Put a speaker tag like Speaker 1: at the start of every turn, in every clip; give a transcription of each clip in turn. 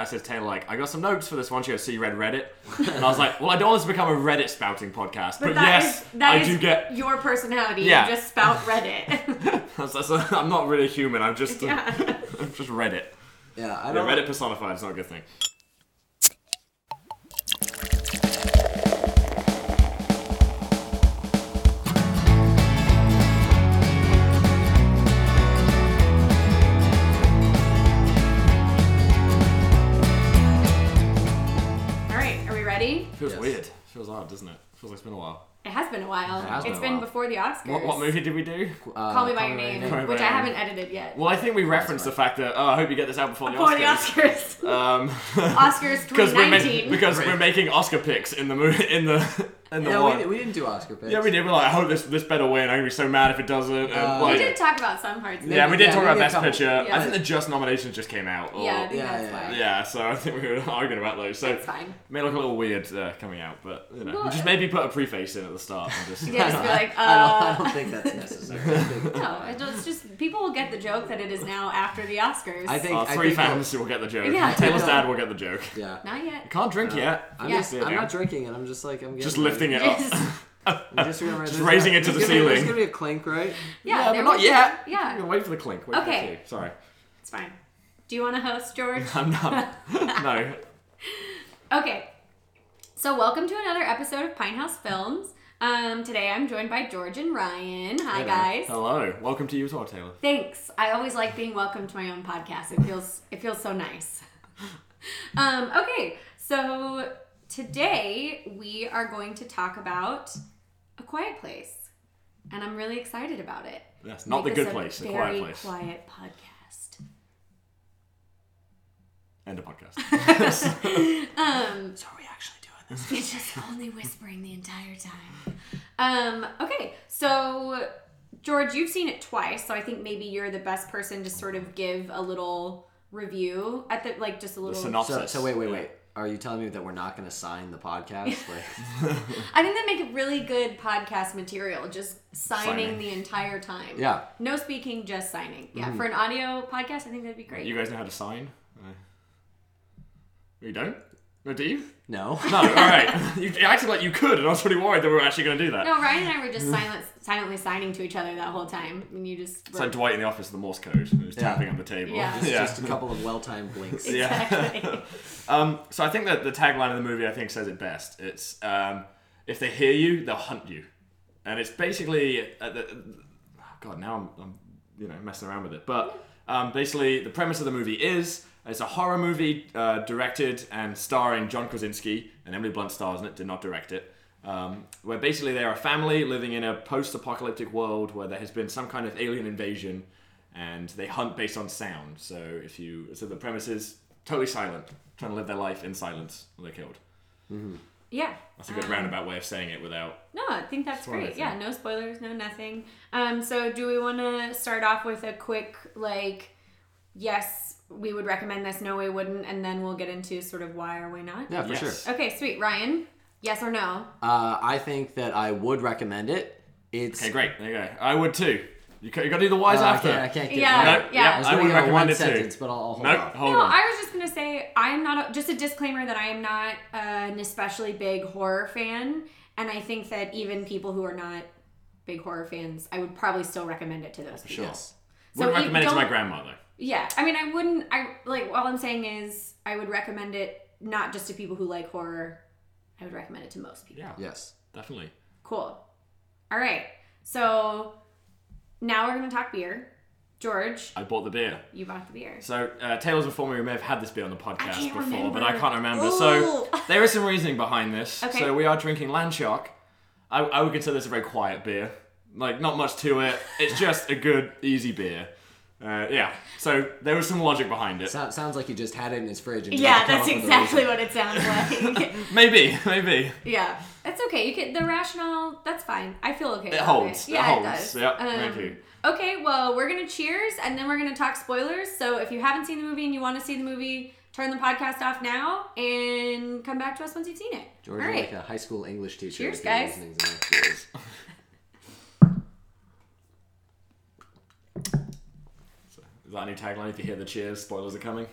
Speaker 1: I said to Taylor, like, I got some notes for this one. She goes, so you read Reddit? And I was like, well, I don't want this to become a Reddit spouting podcast. But,
Speaker 2: But that is
Speaker 1: yes,
Speaker 2: that
Speaker 1: I
Speaker 2: is
Speaker 1: do get...
Speaker 2: your personality.
Speaker 1: Yeah.
Speaker 2: You just spout Reddit.
Speaker 1: That's, that's, I'm not really human. I'm just...
Speaker 2: Yeah.
Speaker 1: I'm just Reddit.
Speaker 3: Yeah, I
Speaker 1: Yeah,
Speaker 3: don't.
Speaker 1: Reddit personified is not a good thing.
Speaker 2: All right, are we ready?
Speaker 1: Feels
Speaker 3: Yes.
Speaker 1: weird. Feels odd, doesn't it? Feels like it's been a while.
Speaker 2: It has been a while.
Speaker 3: It has
Speaker 2: it's
Speaker 3: been a
Speaker 2: been
Speaker 3: while.
Speaker 2: before the Oscars.
Speaker 1: What, what movie did we do?
Speaker 3: uh,
Speaker 2: Call me by your name,
Speaker 1: Name.
Speaker 2: which I
Speaker 1: Right.
Speaker 2: haven't edited yet.
Speaker 1: Well, I think we referenced the fact that oh, I hope you get this out before the
Speaker 2: Before the
Speaker 1: Oscars.
Speaker 2: Oscars.
Speaker 1: Um,
Speaker 2: Oscars
Speaker 1: because we're, ma-
Speaker 2: 2019.
Speaker 1: because we're making Oscar picks in the movie in the in the
Speaker 3: Yeah,
Speaker 1: one.
Speaker 3: we, we didn't do Oscar picks.
Speaker 1: yeah, we did. We're like, I hope this this better win. I'm gonna be so mad if it doesn't. And,
Speaker 3: Uh,
Speaker 1: like-
Speaker 2: We did talk about some parts. of it.
Speaker 1: yeah, we did
Speaker 3: Yeah,
Speaker 1: talk
Speaker 3: maybe
Speaker 1: about
Speaker 3: a
Speaker 1: Best
Speaker 3: couple.
Speaker 1: Picture. I
Speaker 2: Yeah.
Speaker 1: think the just nominations just came out. Or,
Speaker 2: Yeah, I think
Speaker 3: Yeah,
Speaker 2: that's
Speaker 3: yeah.
Speaker 2: why.
Speaker 1: yeah, so I think we were arguing about those. So
Speaker 2: It's fine.
Speaker 1: may look a little weird uh, coming out, but you know,
Speaker 2: Well,
Speaker 1: just
Speaker 2: uh,
Speaker 1: maybe put a preface in at the start. And just,
Speaker 2: Yeah, just be like,
Speaker 3: I, don't, I
Speaker 2: uh,
Speaker 3: don't think that's necessary. I think,
Speaker 2: No, I don't- it's just people will get the joke that it is now after the Oscars.
Speaker 3: I think
Speaker 1: Our
Speaker 3: I
Speaker 1: three
Speaker 3: think
Speaker 1: fans will get the joke.
Speaker 2: Yeah.
Speaker 1: Taylor's dad will get the joke.
Speaker 3: Yeah.
Speaker 2: Not yet.
Speaker 1: Can't drink yet.
Speaker 3: I'm,
Speaker 2: Yeah.
Speaker 3: just, I'm not drinking it. I'm just like I'm getting
Speaker 1: Just lifting it
Speaker 2: Yes.
Speaker 1: up.
Speaker 3: I'm just, remembering
Speaker 1: Just
Speaker 3: there's
Speaker 1: raising
Speaker 3: gonna-
Speaker 1: it to the
Speaker 3: there's gonna be-
Speaker 1: ceiling.
Speaker 3: There's gonna be a clink, right?
Speaker 2: Yeah,
Speaker 1: Yeah,
Speaker 2: there
Speaker 1: but not
Speaker 2: was-
Speaker 1: yet.
Speaker 2: Yeah.
Speaker 1: Wait for the clink. Wait For the
Speaker 2: Okay.
Speaker 1: cue. Sorry.
Speaker 2: It's fine. Do you want to host, George?
Speaker 1: I'm not. no.
Speaker 2: Okay. So welcome to another episode of Pinehouse Films. Um, today I'm joined by George and Ryan. Hi guys.
Speaker 1: Hello. Welcome to you as well, Taylor.
Speaker 2: Thanks. I always like being welcome to my own podcast. It feels it feels so nice. um, okay, so today we are going to talk about a quiet place, and I'm really excited about it.
Speaker 1: Yes, not the
Speaker 2: Make this
Speaker 1: good
Speaker 2: a
Speaker 1: place, the
Speaker 2: very
Speaker 1: quiet place.
Speaker 2: Quiet podcast.
Speaker 1: End of podcast.
Speaker 2: Um,
Speaker 3: So are we actually doing this?
Speaker 2: it's just only whispering the entire time. Um, okay, so George, you've seen it twice, so I think maybe you're the best person to sort of give a little review at the like just a little
Speaker 1: synopsis.
Speaker 3: So, so wait, wait, wait. Are you telling me that we're not gonna sign the podcast? Like,
Speaker 2: I think that make really good podcast material. Just signing,
Speaker 1: Signing. Mm-hmm.
Speaker 2: the entire time.
Speaker 3: yeah.
Speaker 2: No speaking, just signing. Yeah. For an audio podcast, I think that'd be great.
Speaker 1: You guys know how to sign? Uh, you don't? No, do you?
Speaker 3: No.
Speaker 1: No. All right. You acted like you could, and I was pretty worried that we were actually going to do that.
Speaker 2: no, Ryan and I were just silent, silently signing to each other that whole time, and you just
Speaker 1: It's like Dwight in the office, the Morse code, and he's
Speaker 3: Yeah.
Speaker 1: tapping on the table.
Speaker 2: Yeah.
Speaker 3: It's just a couple of well-timed blinks.
Speaker 1: Yeah.
Speaker 2: exactly.
Speaker 1: Um, so I think that the tagline of the movie I think says it best. It's um, if they hear you, they'll hunt you, and it's basically uh, the, God. Now I'm, I'm you know messing around with it, but um, basically the premise of the movie is it's a horror movie uh, directed and starring John Krasinski and Emily Blunt stars in it. Did not direct it. Um, where basically they are a family living in a post-apocalyptic world where there has been some kind of alien invasion, and they hunt based on sound. So if you so the premise is totally silent, trying to live their life in silence, and they're killed.
Speaker 2: yeah.
Speaker 1: That's a good
Speaker 2: Um,
Speaker 1: roundabout way of saying it without.
Speaker 2: No, I think that's
Speaker 1: Spoiler
Speaker 2: great.
Speaker 1: free.
Speaker 2: Yeah, no spoilers, no nothing. Um, so do we want to start off with a quick like, yes, we would recommend this, no, we wouldn't, and then we'll get into sort of why or why not.
Speaker 3: Yeah, for
Speaker 1: Yes.
Speaker 3: sure.
Speaker 2: Okay, sweet, Ryan. Yes or no?
Speaker 3: Uh, I think that I would recommend it. It's
Speaker 1: Okay, great. There you go. I would too. You, ca- you got to do the wise
Speaker 3: Uh, I
Speaker 1: after.
Speaker 3: can't, I can't do
Speaker 2: Yeah.
Speaker 3: it.
Speaker 1: No,
Speaker 2: Yeah.
Speaker 1: yeah,
Speaker 3: I was
Speaker 1: I
Speaker 3: gonna
Speaker 1: would
Speaker 3: give it
Speaker 1: recommend
Speaker 3: one
Speaker 1: it
Speaker 3: sentence,
Speaker 1: too.
Speaker 3: but I'll, I'll hold
Speaker 1: Oh, No,
Speaker 3: on.
Speaker 1: hold
Speaker 2: no,
Speaker 1: on.
Speaker 2: I was just gonna say I'm not. A, just a disclaimer that I am not uh, an especially big horror fan, and I think that even people who are not big horror fans, I would probably still recommend it to those people.
Speaker 1: Sure.
Speaker 3: Yes.
Speaker 2: So
Speaker 1: Wouldn't
Speaker 2: you
Speaker 1: recommend it to my
Speaker 2: don't-
Speaker 1: grandma though.
Speaker 2: Yeah, I mean, I wouldn't. I like. All I'm saying is, I would recommend it not just to people who like horror. I would recommend it to most people.
Speaker 1: Yeah,
Speaker 3: Yes.
Speaker 1: definitely.
Speaker 2: Cool. All right. So now we're gonna talk beer. George,
Speaker 1: I bought the beer.
Speaker 2: you bought the beer.
Speaker 1: So uh, Taylor's informing me we may have had this beer on the podcast
Speaker 2: can't
Speaker 1: before,
Speaker 2: remember.
Speaker 1: but I can't remember. So
Speaker 2: Ooh.
Speaker 1: there is some reasoning behind this.
Speaker 2: Okay.
Speaker 1: So we are drinking Landshark. I, I would consider this a very quiet beer. Like not much to it. It's just a good, easy beer. Uh, yeah. So there was some logic behind it.
Speaker 3: So, sounds like you just had it in his fridge. And you had
Speaker 2: Yeah,
Speaker 3: to come
Speaker 2: that's
Speaker 3: up with
Speaker 2: exactly what
Speaker 3: a
Speaker 2: it sounds like.
Speaker 1: Maybe, maybe.
Speaker 2: yeah, that's okay. You can the rationale. That's fine. I feel okay.
Speaker 1: It
Speaker 2: about
Speaker 1: holds. It
Speaker 2: Yeah,
Speaker 1: holds.
Speaker 2: does. Um,
Speaker 1: Yep, thank you.
Speaker 2: Okay, well, we're gonna cheers and then we're gonna talk spoilers. So if you haven't seen the movie and you want to see the movie, turn the podcast off now and come back to us once you've seen it.
Speaker 3: George
Speaker 2: All
Speaker 3: is
Speaker 2: right.
Speaker 3: like a high school English teacher.
Speaker 2: Cheers,
Speaker 3: if you're
Speaker 2: guys.
Speaker 3: listening to that. Cheers.
Speaker 1: Is that a new tagline? If you hear the cheers, spoilers are coming.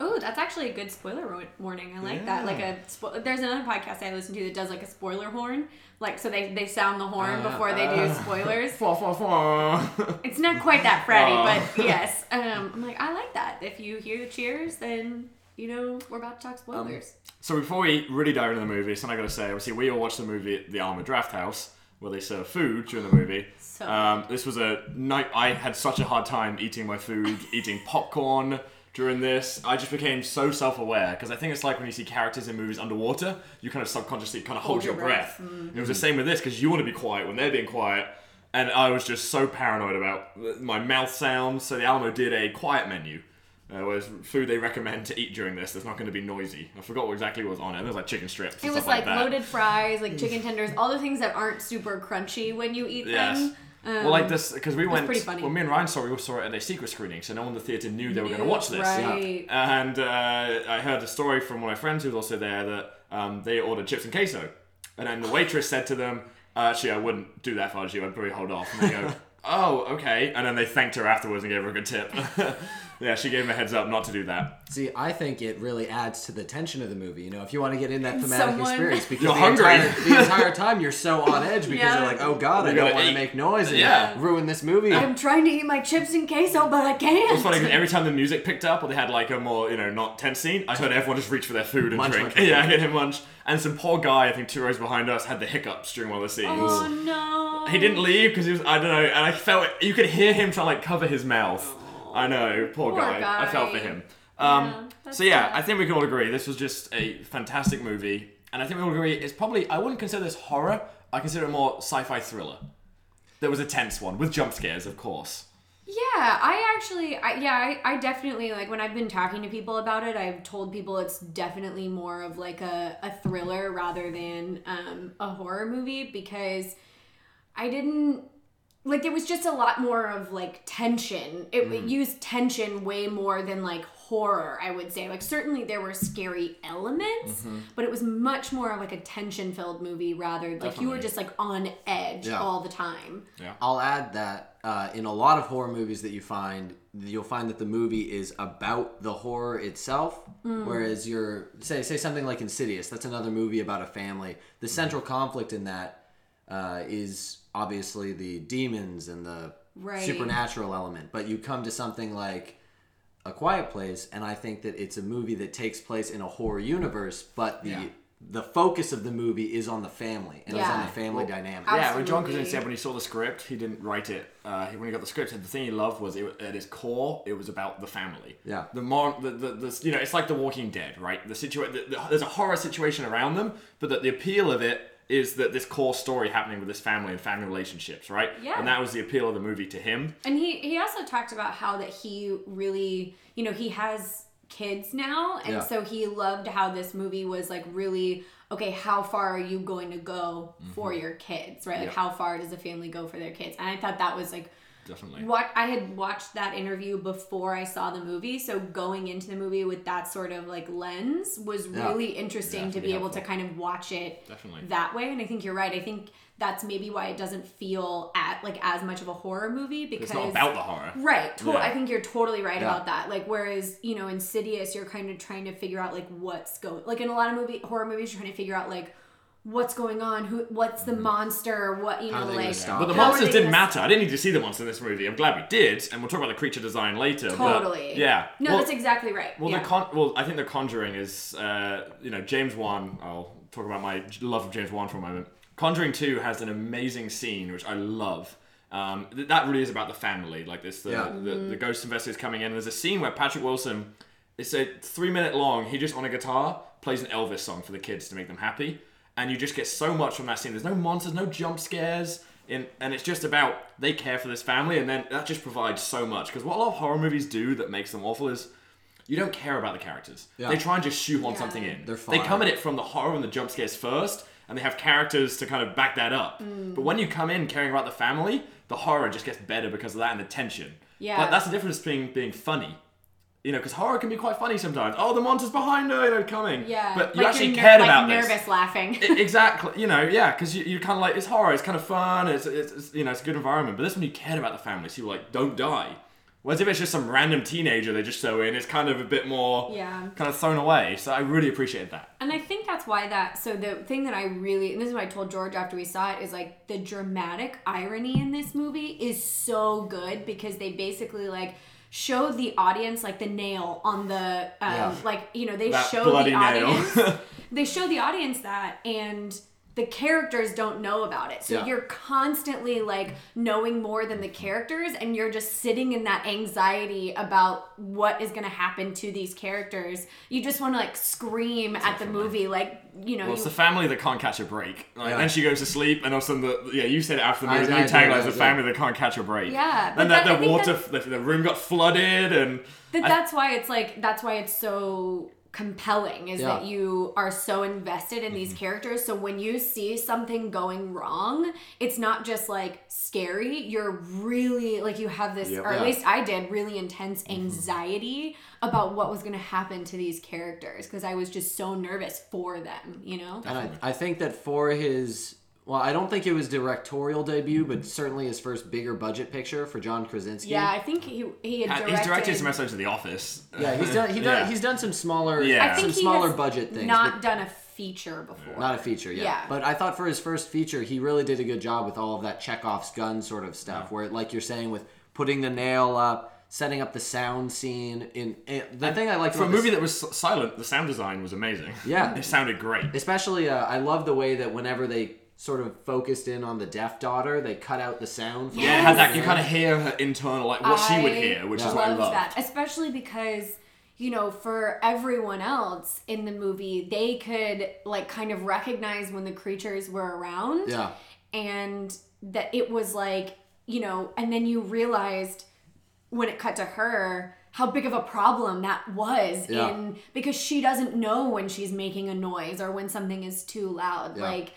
Speaker 2: Oh, that's actually a good spoiler wa- warning. I like that. Like
Speaker 1: Yeah.
Speaker 2: a spo- there's another podcast I listen to that does like a spoiler horn. Like so they they sound the horn before they do
Speaker 1: Uh,
Speaker 2: spoilers.
Speaker 1: Fwah, fwah, fwah.
Speaker 2: It's not quite that Freddy,
Speaker 1: Aw.
Speaker 2: but yes. Um, I'm like I like that. If you hear the cheers, then you know we're about
Speaker 1: Um,
Speaker 2: to talk spoilers.
Speaker 1: So before we really dive into the movie, something I gotta say. Obviously, we all watched the movie at the Alma Draft House where they serve food during the movie.
Speaker 2: So-
Speaker 1: um, this was a night I had such a hard time eating my food, eating popcorn during this. I just became so self-aware because I think it's like when you see characters in movies underwater, you kind of subconsciously kind of hold, your, breath. It was the same with this because you want to be quiet when they're being quiet. And I was just so paranoid about my mouth sounds. So the Alamo did a quiet menu. Uh, whereas food they recommend to eat during this that's not going to be noisy. I forgot what exactly was on it. It was like chicken strips. and
Speaker 2: it was
Speaker 1: stuff like,
Speaker 2: like,
Speaker 1: that.
Speaker 2: loaded fries, like chicken tenders, all the things that aren't super crunchy when you eat
Speaker 1: Yes.
Speaker 2: them. Um,
Speaker 1: well, like this because we went.
Speaker 2: pretty funny.
Speaker 1: Well, me and Ryan saw we all saw it at a secret screening, so no one in the theater knew they were going to watch this.
Speaker 2: Right.
Speaker 1: And uh, I heard a story from one of my friends who was also there that um, they ordered chips and queso, and then the waitress said to them, "Uh, "Actually, I wouldn't do that if I was you. I'd probably hold off." And they go, "Oh, okay." And then they thanked her afterwards and gave her a good tip. yeah, she gave him a heads up not to do that.
Speaker 3: See, I think it really adds to the tension of the movie. You know, if you want to get in that thematic
Speaker 2: Someone-
Speaker 3: experience, because
Speaker 1: You're
Speaker 3: the,
Speaker 1: hungry.
Speaker 3: Entire, the entire time you're so on edge because
Speaker 2: Yeah.
Speaker 3: you're like, oh god, I
Speaker 1: You
Speaker 3: don't
Speaker 1: gotta
Speaker 3: want
Speaker 1: eat.
Speaker 3: to make noise and
Speaker 1: Yeah.
Speaker 3: ruin this movie.
Speaker 2: I'm trying to eat my chips and queso, but I can't.
Speaker 1: It's funny because every time the music picked up or they had like a more, you know, not tense scene, I heard everyone just reach for their food and
Speaker 3: Munch,
Speaker 1: drink.
Speaker 3: munch,
Speaker 1: yeah,
Speaker 3: munch.
Speaker 1: get him lunch. And some poor guy, I think two rows behind us, had the hiccups during one of the scenes.
Speaker 2: Oh no!
Speaker 1: He didn't leave because he was, I don't know, and I felt, you could hear him trying to like cover his mouth. I know, poor,
Speaker 2: Poor
Speaker 1: I felt for
Speaker 2: guy.
Speaker 1: him. Um,
Speaker 2: Yeah, that's
Speaker 1: so yeah,
Speaker 2: sad.
Speaker 1: I think we can all agree this was just a fantastic movie. And I think we all agree it's probably, I wouldn't consider this horror, I consider it more sci fi thriller. There was a tense one with jump scares, of course.
Speaker 2: Yeah, I actually, I, yeah, I, I definitely like when I've been talking to people about it. I've told people it's definitely more of like a, a thriller rather than um, a horror movie because I didn't like there was just a lot more of like tension. It, it used tension way more than like horror. I would say like certainly there were scary elements, but it was much more of like a tension filled movie rather like you were
Speaker 1: Definitely.
Speaker 2: just like on edge
Speaker 3: Yeah.
Speaker 2: all the time.
Speaker 3: I'll add that uh, in a lot of horror movies that you find, you'll find that the movie is about the horror itself.
Speaker 2: Mm.
Speaker 3: Whereas you're say say something like Insidious, that's another movie about a family. The central conflict in that uh, is obviously the demons and the
Speaker 2: Right.
Speaker 3: supernatural element. But you come to something like A Quiet Place, and I think that it's a movie that takes place in a horror universe, but the
Speaker 1: Yeah.
Speaker 3: the focus of the movie is on the family and it's on
Speaker 2: Yeah.
Speaker 3: the family dynamic.
Speaker 1: Yeah, when John Krasinski
Speaker 2: Absolutely.
Speaker 1: said when he saw the script, he didn't write it. Uh, he- when he got the script, said the thing he loved was it, at its core, it was about the family.
Speaker 3: Yeah.
Speaker 1: The more the, the, the you know, it's like The Walking Dead, right? The situation, the, the, there's a horror situation around them, but that the appeal of it is that this core story happening with this family and family relationships, right?
Speaker 2: Yeah.
Speaker 1: And that was the appeal of the movie to him.
Speaker 2: And he he also talked about how that he really, you know, he has kids now and
Speaker 3: Yeah.
Speaker 2: so he loved how this movie was like really okay, how far are you going to go for your kids, right? Like
Speaker 1: Mm-hmm. Yeah.
Speaker 2: how far does a family go for their kids? And I thought that was like
Speaker 1: Definitely.
Speaker 2: what I had watched that interview before I saw the movie, so going into the movie with that sort of like lens was
Speaker 3: Yeah.
Speaker 2: really interesting to
Speaker 1: Definitely
Speaker 2: be able to
Speaker 1: helpful.
Speaker 2: kind of watch it
Speaker 1: Definitely.
Speaker 2: that way. And I think you're right. I think that's maybe why it doesn't feel at like as much of a horror movie because
Speaker 1: It's not about the horror.
Speaker 2: Right. To-
Speaker 1: Yeah.
Speaker 2: I think you're totally right
Speaker 3: Yeah.
Speaker 2: about that. Like, whereas you know, Insidious, you're kind of trying to figure out like what's going. Like in a lot of movie horror movies, you're trying to figure out like what's going on, who, what's the monster, what you
Speaker 3: How are
Speaker 2: know,
Speaker 3: they gonna
Speaker 2: like.
Speaker 3: stop
Speaker 1: Mm-hmm. But the
Speaker 3: How are
Speaker 1: monsters
Speaker 2: they
Speaker 1: didn't
Speaker 2: gonna-
Speaker 1: matter. I didn't need to see the monster in this movie. I'm glad we did, and we'll talk about the creature design later. but-
Speaker 2: Totally.
Speaker 1: yeah.
Speaker 2: No,
Speaker 1: Well-
Speaker 2: that's exactly right.
Speaker 1: Well,
Speaker 2: yeah.
Speaker 1: the con- well, I think the Conjuring is, uh, you know, James Wan. I'll talk about my j- love of James Wan for a moment. Conjuring Two has an amazing scene which I love. Um, th- that really is about the family. Like this, the,
Speaker 3: Yeah.
Speaker 1: the, the ghost investigator is coming in. And there's a scene where Patrick Wilson, it's a three minute long. He just on a guitar plays an Elvis song for the kids to make them happy, and you just get so much from that scene. There's no monsters, no jump scares. In, and it's just about they care for this family, and then that just provides so much. Because what a lot of horror movies do that makes them awful is you don't care about the characters.
Speaker 3: Yeah.
Speaker 1: They try and just shoehorn
Speaker 2: Yeah.
Speaker 1: something in.
Speaker 3: They're
Speaker 1: They come
Speaker 3: fine.
Speaker 1: at it from the horror and the jump scares first, and they have characters to kind of back that up.
Speaker 2: Mm.
Speaker 1: But when you come in caring about the family, the horror just gets better because of that and the tension.
Speaker 2: Yeah.
Speaker 1: Like, that's the difference between being funny. You know, because horror can be quite funny sometimes. Oh, the monster's behind her, you know, coming.
Speaker 2: yeah.
Speaker 1: But you
Speaker 2: Like,
Speaker 1: actually
Speaker 2: you're ner-
Speaker 1: cared
Speaker 2: like,
Speaker 1: about
Speaker 2: nervous
Speaker 1: this.
Speaker 2: laughing.
Speaker 1: I- E, exactly. You know, yeah, because you, you're kind of like, it's horror, it's kind of fun, it's, it's, it's, you know, it's a good environment. But this one, you cared about the family, so you were like, don't die. Whereas if it's just some random teenager they just throw in, it's kind of a bit more
Speaker 2: Yeah.
Speaker 1: kind of thrown away. So I really appreciated that.
Speaker 2: And I think that's why that. So the thing that I really, and this is what I told George after we saw it, is like the dramatic irony in this movie is so good because they basically like show the audience like the nail on the um,
Speaker 3: Yeah.
Speaker 2: like you know they
Speaker 1: That
Speaker 2: show
Speaker 1: bloody
Speaker 2: the
Speaker 1: nail.
Speaker 2: audience they show the audience that and the characters don't know about it. So
Speaker 3: Yeah.
Speaker 2: you're constantly like knowing more than the characters and you're just sitting in that anxiety about what is going to happen to these characters. You just want to like scream at the movie like, you know,
Speaker 1: Well, it's
Speaker 2: you,
Speaker 1: the family that can't catch a break. Like,
Speaker 3: Yeah.
Speaker 1: Then she goes to sleep, and all of a sudden, the, yeah, you said it after the
Speaker 3: I-
Speaker 1: movie.
Speaker 3: I
Speaker 1: The new
Speaker 3: did,
Speaker 1: tagline
Speaker 3: I
Speaker 1: is the
Speaker 3: did.
Speaker 1: family that can't catch a break.
Speaker 2: Yeah, but
Speaker 1: Then that,
Speaker 2: that- I
Speaker 1: the
Speaker 2: think
Speaker 1: water, the, the room got flooded, and
Speaker 2: but that's why it's like that's why it's so compelling is
Speaker 3: Yeah. Mm-hmm.
Speaker 2: that you are so invested in these characters so when you see something going wrong it's not just like scary you're really like you have this or at
Speaker 3: Yeah. Mm-hmm.
Speaker 2: least i did really intense anxiety about what was going to happen to these characters because i was just so nervous for them you know
Speaker 3: And I, I think that for his, well, I don't think it was directorial debut, but certainly his first bigger budget picture for John Krasinski.
Speaker 2: yeah i think he he had
Speaker 1: uh,
Speaker 2: directed,
Speaker 1: he's directed some episodes of The Office.
Speaker 3: Yeah, he's done. He done
Speaker 1: Yeah.
Speaker 3: He's done some smaller,
Speaker 1: Yeah.
Speaker 2: i think
Speaker 3: some
Speaker 2: he
Speaker 3: smaller
Speaker 2: has
Speaker 3: budget things.
Speaker 2: not done a feature before
Speaker 3: but not a feature, yeah.
Speaker 2: Yeah.
Speaker 3: But I thought for his first feature, he really did a good job with all of that Chekhov's gun sort of stuff, where like you're saying with putting the nail up, setting up the sound scene. In, in the thing I like
Speaker 1: For a movie that was s- silent, the sound design was amazing.
Speaker 3: Yeah.
Speaker 1: it sounded great.
Speaker 3: especially uh, I love the way that whenever they sort of focused in on the deaf daughter, they cut out the sound. From
Speaker 1: Yeah, it had
Speaker 2: Yes.
Speaker 1: that. You kind of hear her internal, like what she would
Speaker 2: I
Speaker 1: hear, which is what I
Speaker 2: loved
Speaker 1: love.
Speaker 2: That, especially because you know, for everyone else in the movie, they could like kind of recognize when the creatures were around,
Speaker 3: yeah.
Speaker 2: and that it was like you know, and then you realized when it cut to her how big of a problem that was
Speaker 3: Yeah.
Speaker 2: in because she doesn't know when she's making a noise or when something is too loud,
Speaker 3: Yeah.
Speaker 2: like.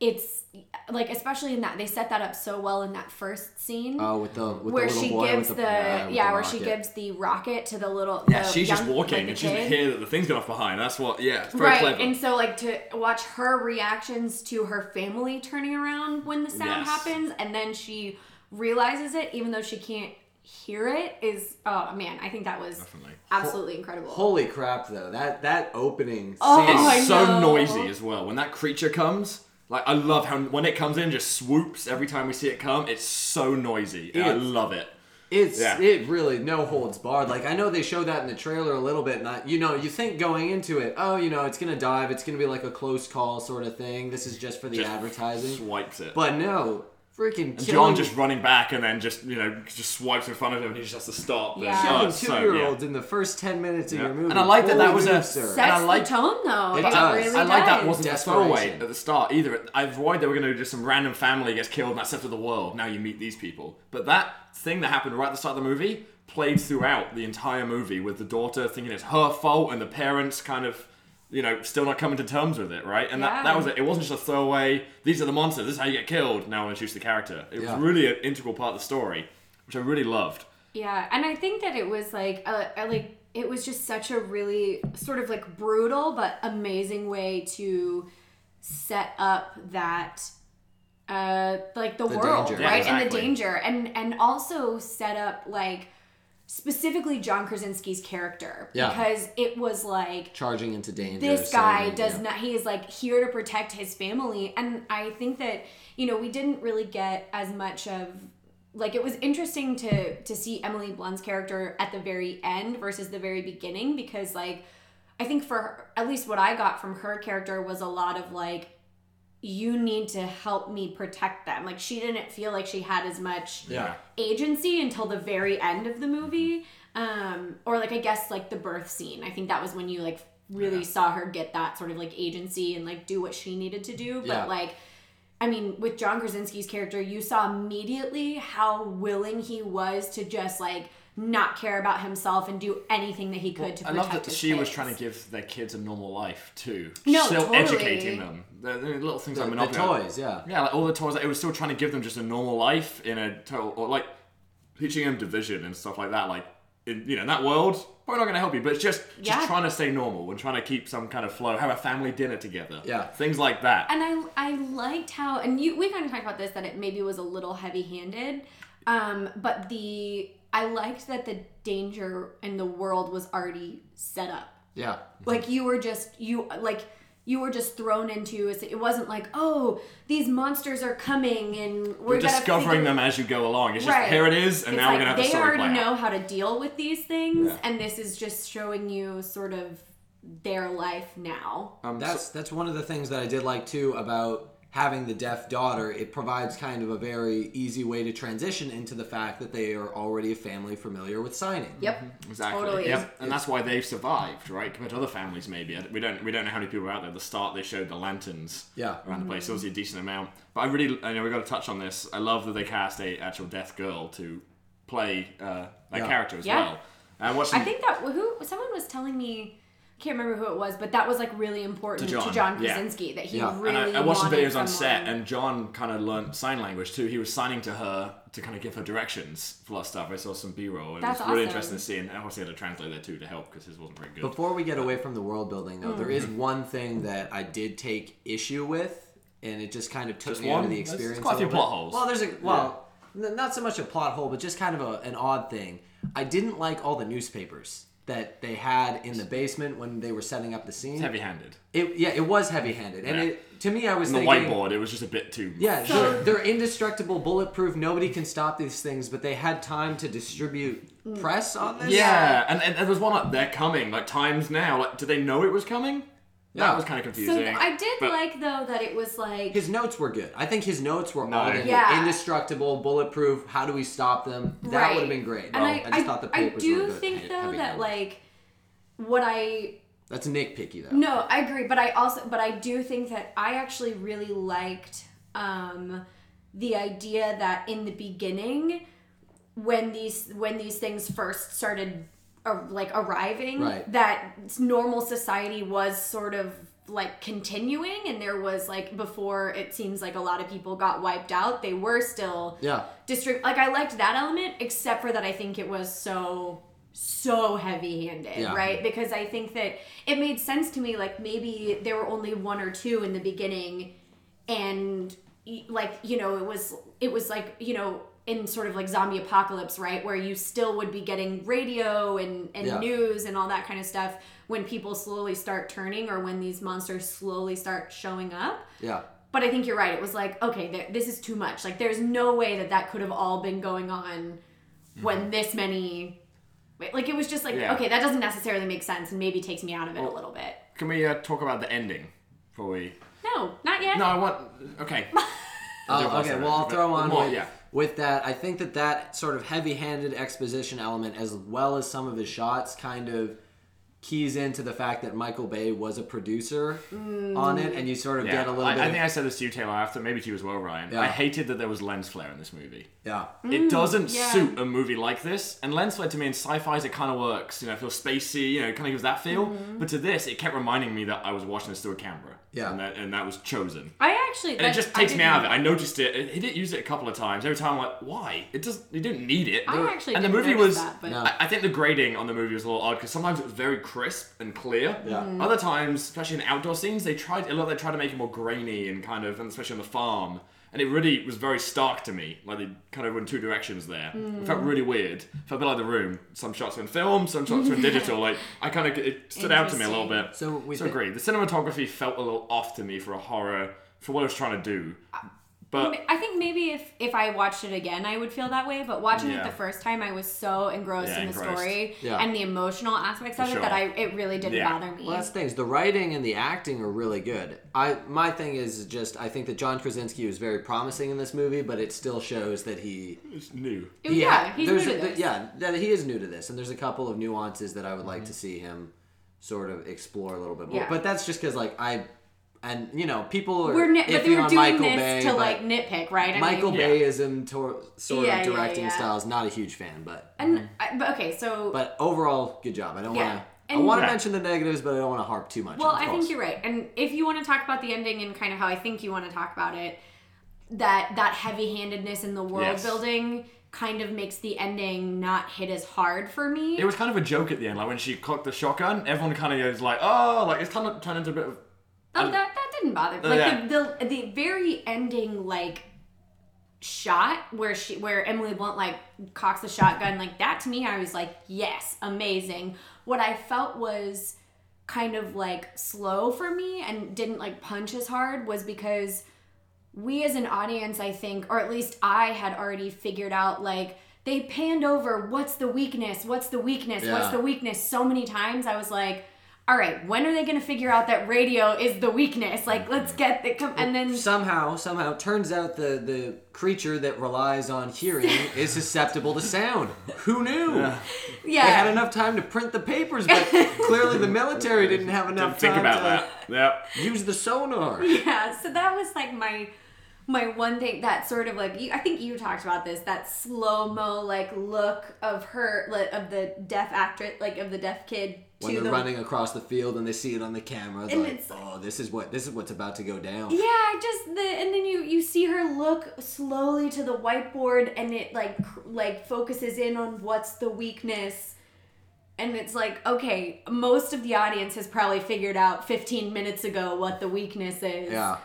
Speaker 2: It's like especially in that they set that up so well in that first scene
Speaker 3: Oh, with the with
Speaker 2: where
Speaker 3: the little
Speaker 2: she
Speaker 3: boy
Speaker 2: gives
Speaker 3: with
Speaker 2: the,
Speaker 3: the, uh, with
Speaker 2: yeah,
Speaker 3: the
Speaker 2: where she
Speaker 3: rocket.
Speaker 2: gives the rocket to the little
Speaker 1: Yeah,
Speaker 2: the
Speaker 1: she's just
Speaker 2: young-
Speaker 1: walking
Speaker 2: like, the
Speaker 1: and she doesn't
Speaker 2: kid.
Speaker 1: hear that the thing's gone off behind. That's what, yeah, it's very
Speaker 2: right
Speaker 1: clever.
Speaker 2: and so like to watch her reactions to her family turning around when the sound
Speaker 1: Yes.
Speaker 2: happens and then she realizes it even though she can't hear it is oh man I think that was
Speaker 1: Definitely.
Speaker 2: absolutely incredible
Speaker 3: Holy crap, though that that opening
Speaker 2: Oh,
Speaker 3: scene.
Speaker 1: it's
Speaker 2: I
Speaker 1: so
Speaker 2: know.
Speaker 1: noisy as well. When that creature comes, like I love how when it comes in, just swoops every time we see it come. It's so noisy. and I
Speaker 3: It is.
Speaker 1: love it.
Speaker 3: It's
Speaker 1: Yeah.
Speaker 3: it really no holds barred. Like I know they show that in the trailer a little bit, and I, you know you think going into it, oh, you know it's gonna dive, it's gonna be like a close call sort of thing. This is just for the
Speaker 1: Just
Speaker 3: advertising.
Speaker 1: swipes it.
Speaker 3: But no, freaking
Speaker 1: and John
Speaker 3: killing-
Speaker 1: just running back and then just you know just swipes in front of him and he just has to stop.
Speaker 2: Yeah.
Speaker 1: And,
Speaker 3: killing
Speaker 1: oh,
Speaker 3: two
Speaker 1: so,
Speaker 3: year
Speaker 1: yeah.
Speaker 3: olds in the first ten minutes
Speaker 1: Yeah.
Speaker 3: of your movie.
Speaker 1: And I like that that
Speaker 3: Holy
Speaker 1: was a
Speaker 3: mood, sir.
Speaker 1: And
Speaker 2: sets
Speaker 1: I like-
Speaker 2: the tone though it,
Speaker 3: does.
Speaker 2: really
Speaker 1: I like that
Speaker 2: does.
Speaker 1: wasn't a
Speaker 3: Desperation.
Speaker 1: throwaway at the start either. I avoid they were going to do just some random family gets killed and that's it for the world. Now you meet these people. But that thing that happened right at the start of the movie played throughout the entire movie with the daughter thinking it's her fault and the parents kind of, you know, still not coming to terms with it, right? And that,
Speaker 2: Yeah.
Speaker 1: that was it. It wasn't just a throwaway, these are the monsters, this is how you get killed, now I'm going to choose the character. It
Speaker 3: Yeah.
Speaker 1: was really an integral part of the story, which I really loved.
Speaker 2: Yeah, and I think that it was like a, a- like it was just such a really sort of like brutal but amazing way to set up that uh like the, world,
Speaker 3: danger.
Speaker 1: Yeah,
Speaker 2: right? And the
Speaker 1: exactly.
Speaker 2: danger and and also set up like specifically John Krasinski's character
Speaker 3: Yeah.
Speaker 2: because it was like
Speaker 3: charging into danger.
Speaker 2: this
Speaker 3: so,
Speaker 2: guy
Speaker 3: yeah.
Speaker 2: does not he is like here to protect his family and i think that you know we didn't really get as much of like it was interesting to to see emily blunt's character at the very end versus the very beginning because like i think for her, at least what i got from her character was a lot of like you need to help me protect them like she didn't feel like she had as much
Speaker 3: Yeah.
Speaker 2: agency until the very end of the movie um or like i guess like the birth scene i think that was when you like really saw her get that sort of like agency and like do what she needed to do but
Speaker 3: Yeah.
Speaker 2: like i mean with john krasinski's character you saw immediately how willing he was to just like not care about himself and do anything that he could to
Speaker 1: I
Speaker 2: protect
Speaker 1: love that
Speaker 2: his
Speaker 1: she was
Speaker 2: kids.
Speaker 1: trying to give their kids a normal life too.
Speaker 2: No,
Speaker 1: still
Speaker 2: totally.
Speaker 1: educating them. The, the little things
Speaker 3: The,
Speaker 1: like
Speaker 3: the
Speaker 1: Monopoly.
Speaker 3: toys, yeah.
Speaker 1: Yeah, like all the toys. Like, it was still trying to give them just a normal life in a total, or like teaching them division and stuff like that. Like, in, you know, in that world probably not going to help you, but it's just just
Speaker 2: Yeah.
Speaker 1: trying to stay normal and trying to keep some kind of flow. Have a family dinner together.
Speaker 3: Yeah.
Speaker 1: things like that.
Speaker 2: And I I liked how and you we kind of talked about this that it maybe was a little heavy handed, um, but the I liked that the danger in the world was already set up.
Speaker 3: Yeah.
Speaker 1: Mm-hmm.
Speaker 2: Like you were just you like you were just thrown into a si- it wasn't like oh these monsters are coming and we're
Speaker 1: You're
Speaker 2: gonna
Speaker 1: discovering
Speaker 2: figure-"
Speaker 1: them as you go along. It's just
Speaker 2: Right.
Speaker 1: here it is, and
Speaker 2: It's
Speaker 1: now
Speaker 2: like,
Speaker 1: we're gonna have the
Speaker 2: they
Speaker 1: story play
Speaker 2: already
Speaker 1: out.
Speaker 2: know how to deal with these things,
Speaker 1: Yeah.
Speaker 2: and this is just showing you sort of their life now.
Speaker 1: Um, so-
Speaker 3: That's that's one of the things that I did like too about having the deaf daughter. It provides kind of a very easy way to transition into the fact that they are already a family familiar with signing.
Speaker 1: Mm-hmm.
Speaker 2: Yep,
Speaker 1: Exactly.
Speaker 2: Totally.
Speaker 1: Yep. And that's why they've survived, right? Compared to other families, maybe I- we don't we don't know how many people are out there. At the start, they showed the lanterns.
Speaker 3: Yeah.
Speaker 1: Around the place, so obviously a decent amount. But I really, I know we got to touch on this. I love that they cast a actual deaf girl to play uh, that
Speaker 3: Yeah.
Speaker 1: character as
Speaker 2: Yeah.
Speaker 1: well. And watching
Speaker 2: I
Speaker 3: Hmm.
Speaker 2: think that who someone was telling me, I can't remember who it was, but that was like really important
Speaker 1: To
Speaker 2: to
Speaker 1: John,
Speaker 2: John,
Speaker 1: yeah.
Speaker 2: Krasinski that he
Speaker 3: Yeah. And I-
Speaker 2: really.
Speaker 1: and I, I watched the
Speaker 2: wanted
Speaker 1: videos on
Speaker 2: someone-
Speaker 1: set, and John kind of learnt sign language too. He was signing to her to kind of give her directions for a lot of stuff. I saw some B roll, and
Speaker 2: That's
Speaker 1: it was really
Speaker 2: awesome.
Speaker 1: interesting to see. And I obviously had a translator too to help because his wasn't very good.
Speaker 3: Before we get away from the world building, though, there is one thing that I did take issue with, and it just kind of took
Speaker 1: Just
Speaker 3: me out
Speaker 1: one?
Speaker 3: of the
Speaker 1: There's- there's
Speaker 3: experience.
Speaker 1: quite a few
Speaker 3: little bit.
Speaker 1: plot holes.
Speaker 3: Well, there's a well, n- not so much a plot hole, but just kind of a, an odd thing. I didn't like all the newspapers that they had in the basement when they were setting up the scene.
Speaker 1: Heavy handed.
Speaker 3: It yeah, it was heavy handed, and
Speaker 1: Yeah.
Speaker 3: it to me I was
Speaker 1: The
Speaker 3: thinking.
Speaker 1: whiteboard, it was just a bit too.
Speaker 3: Yeah,
Speaker 2: So-
Speaker 3: they're, they're indestructible, bulletproof. Nobody can stop these things, but they had time to distribute
Speaker 2: Mm.
Speaker 3: press on this.
Speaker 1: Yeah, and, and there was one like they're coming, like times now. Like, did they know it was coming?
Speaker 3: Yeah.
Speaker 1: That was kind of confusing.
Speaker 2: So I did
Speaker 1: but
Speaker 2: like though that it was like
Speaker 3: His notes were good. I think his notes were
Speaker 1: No.
Speaker 3: all the
Speaker 2: Yeah.
Speaker 3: indestructible, bulletproof. How do we stop them? That
Speaker 2: Right.
Speaker 3: would have been great.
Speaker 2: And I,
Speaker 3: just thought the
Speaker 2: I
Speaker 3: papers
Speaker 2: do
Speaker 3: were good.
Speaker 2: think
Speaker 3: he-
Speaker 2: though
Speaker 3: heavy
Speaker 2: that
Speaker 3: handed.
Speaker 2: like what I
Speaker 3: that's nitpicky though.
Speaker 2: no, I agree, but I also but I do think that I actually really liked um the idea that in the beginning when these when these things first started ar- like arriving
Speaker 3: Right.
Speaker 2: that normal society was sort of like continuing and there was like before it seems like a lot of people got wiped out they were still
Speaker 3: Yeah,
Speaker 2: district like i liked that element except for that i think it was so so heavy handed
Speaker 3: Yeah.
Speaker 2: right because i think that it made sense to me like maybe there were only one or two in the beginning and y- like you know it was it was like you know in sort of like zombie apocalypse right where you still would be getting radio and and
Speaker 3: Yeah.
Speaker 2: news and all that kind of stuff when people slowly start turning or when these monsters slowly start showing up
Speaker 3: yeah.
Speaker 2: but I think you're right. It was like, okay, th- this is too much. Like, there's no way that that could have all been going on when this many. wait, Like, it was just like,
Speaker 1: Mm-hmm. Yeah.
Speaker 2: okay, that doesn't necessarily make sense and maybe takes me out of it a little bit.
Speaker 1: can we uh, talk about the ending? Before we.
Speaker 2: No, not yet.
Speaker 1: No, I want. Okay.
Speaker 3: Oh,
Speaker 1: Don't
Speaker 3: okay,
Speaker 1: bother
Speaker 3: well, I'll
Speaker 1: it, but
Speaker 3: throw on
Speaker 1: more,
Speaker 3: with,
Speaker 1: yeah.
Speaker 3: with that. I think that that sort of heavy handed exposition element, as well as some of his shots, kind of keys into the fact that Michael Bay was a producer on it, and you sort of
Speaker 1: Yeah.
Speaker 3: get a little
Speaker 1: I,
Speaker 3: bit.
Speaker 1: I
Speaker 3: of-
Speaker 1: think I said this to you, Taylor, after. Maybe to you as well, Ryan.
Speaker 3: Yeah.
Speaker 1: I hated that there was lens flare in this movie.
Speaker 3: yeah.
Speaker 1: It doesn't
Speaker 2: yeah.
Speaker 1: suit a movie like this. And lens flare to me in sci-fi's it kind of works. You know, it feels spacey. You know, it kind of gives that feel. But to this, it kept reminding me that I was watching this through a camera.
Speaker 3: Yeah.
Speaker 1: And that, and that was chosen.
Speaker 2: I actually.
Speaker 1: And it just takes me out of it. I noticed it. It- He did use it a couple of times. Every time, I'm like, why? It does. You didn't need it.
Speaker 2: I actually
Speaker 1: and the
Speaker 2: didn't
Speaker 1: movie
Speaker 2: notice
Speaker 1: was.
Speaker 2: that, but-
Speaker 3: No.
Speaker 1: I, I think the grading on the movie was a little odd because sometimes it was very crisp and clear.
Speaker 3: Yeah.
Speaker 2: Mm-hmm.
Speaker 3: Mhm.
Speaker 1: Other times, especially in outdoor scenes, they tried a lot. They tried to make it more grainy and kind of, and especially on the farm. And it really was very stark to me. Like they kind of went two directions there. It
Speaker 2: Mm.
Speaker 1: felt really weird. felt a bit like the room. Some shots were in film, some shots were in digital. Like I kind of it stood out to me a little
Speaker 2: Interesting.
Speaker 1: bit.
Speaker 3: So we
Speaker 1: so
Speaker 3: thi-
Speaker 1: great. The cinematography felt a little off to me for a horror, for what I was trying to do. But
Speaker 2: I think maybe if if I watched it again, I would feel that way. But watching
Speaker 1: Yeah.
Speaker 2: it the first time, I was so engrossed
Speaker 1: Yeah,
Speaker 2: in the
Speaker 1: engrossed.
Speaker 2: story
Speaker 3: Yeah.
Speaker 2: and the emotional aspects of
Speaker 1: sure.
Speaker 2: it that I it really didn't
Speaker 1: Yeah.
Speaker 2: bother me.
Speaker 3: Well, that's the thing. is The writing and the acting are really good. I my thing is just I think that John Krasinski was very promising in this movie, but it still shows that he
Speaker 1: it's new.
Speaker 2: It-
Speaker 3: yeah,
Speaker 2: yeah, he's new
Speaker 3: there's
Speaker 2: to
Speaker 3: a-
Speaker 2: this.
Speaker 3: yeah, that he is new to this, and there's a couple of nuances that I would like to see him sort of explore a little bit more.
Speaker 2: Mm-hmm. Yeah.
Speaker 3: But that's just because like I, and you know, people are
Speaker 2: We're nit-
Speaker 3: iffy
Speaker 2: but they were
Speaker 3: on
Speaker 2: doing
Speaker 3: Michael
Speaker 2: this
Speaker 3: Bay.
Speaker 2: to
Speaker 3: but
Speaker 2: like nitpick, right? I
Speaker 3: Michael
Speaker 2: mean-
Speaker 1: Yeah.
Speaker 3: Bayism tor- sort
Speaker 2: Yeah, yeah,
Speaker 3: of directing
Speaker 2: yeah.
Speaker 3: styles. Not a huge fan, but
Speaker 2: and I, but okay, so
Speaker 3: but overall, good job. I don't
Speaker 2: Yeah.
Speaker 3: want to. I
Speaker 2: And-
Speaker 3: want to
Speaker 1: Yeah.
Speaker 3: mention the negatives, but I don't want to harp too much.
Speaker 2: Well,
Speaker 3: on it.
Speaker 2: I think you're right. And if you want to talk about the ending and kind of how I think you want to talk about it, that that heavy-handedness in the world
Speaker 1: Yes.
Speaker 2: building kind of makes the ending not hit as hard for me.
Speaker 1: It was kind of a joke at the end, like when she cocked the shotgun, everyone kind of goes like, "Oh!" Like it's kind of turned into a bit of
Speaker 2: oh, that that didn't bother me.
Speaker 1: Oh,
Speaker 2: Like
Speaker 1: yeah.
Speaker 2: the, the the very ending like shot where she where Emily Blunt like cocks the shotgun like that to me I was like yes amazing what I felt was kind of like slow for me and didn't like punch as hard was because we as an audience I think or at least I had already figured out like they panned over what's the weakness what's the weakness what's
Speaker 3: Yeah.
Speaker 2: the weakness so many times I was like all right when are they going to figure out that radio is the weakness like let's get the come and then
Speaker 3: Somehow, somehow, turns out the the creature that relies on hearing is susceptible to sound. Who knew?
Speaker 2: yeah
Speaker 3: They had enough time to print the papers, but clearly the military didn't have enough
Speaker 1: Didn't think
Speaker 3: time
Speaker 1: about
Speaker 3: to
Speaker 1: that. Yep.
Speaker 3: use the sonar.
Speaker 2: yeah so that was like my my one thing that sort of like you, i think you talked about this that slow mo like look of her like, of the deaf actress like of the deaf kid
Speaker 3: When
Speaker 2: to
Speaker 3: they're
Speaker 2: the
Speaker 3: running across the field and they see it on the camera, they're
Speaker 2: And
Speaker 3: like,
Speaker 2: it's like-
Speaker 3: "Oh, this is what this is what's about to go down."
Speaker 2: yeah I just the and then you you see her look slowly to the whiteboard and it like cr- like focuses in on what's the weakness and it's like okay most of the audience has probably figured out 15 minutes ago what the weakness is
Speaker 3: Yeah.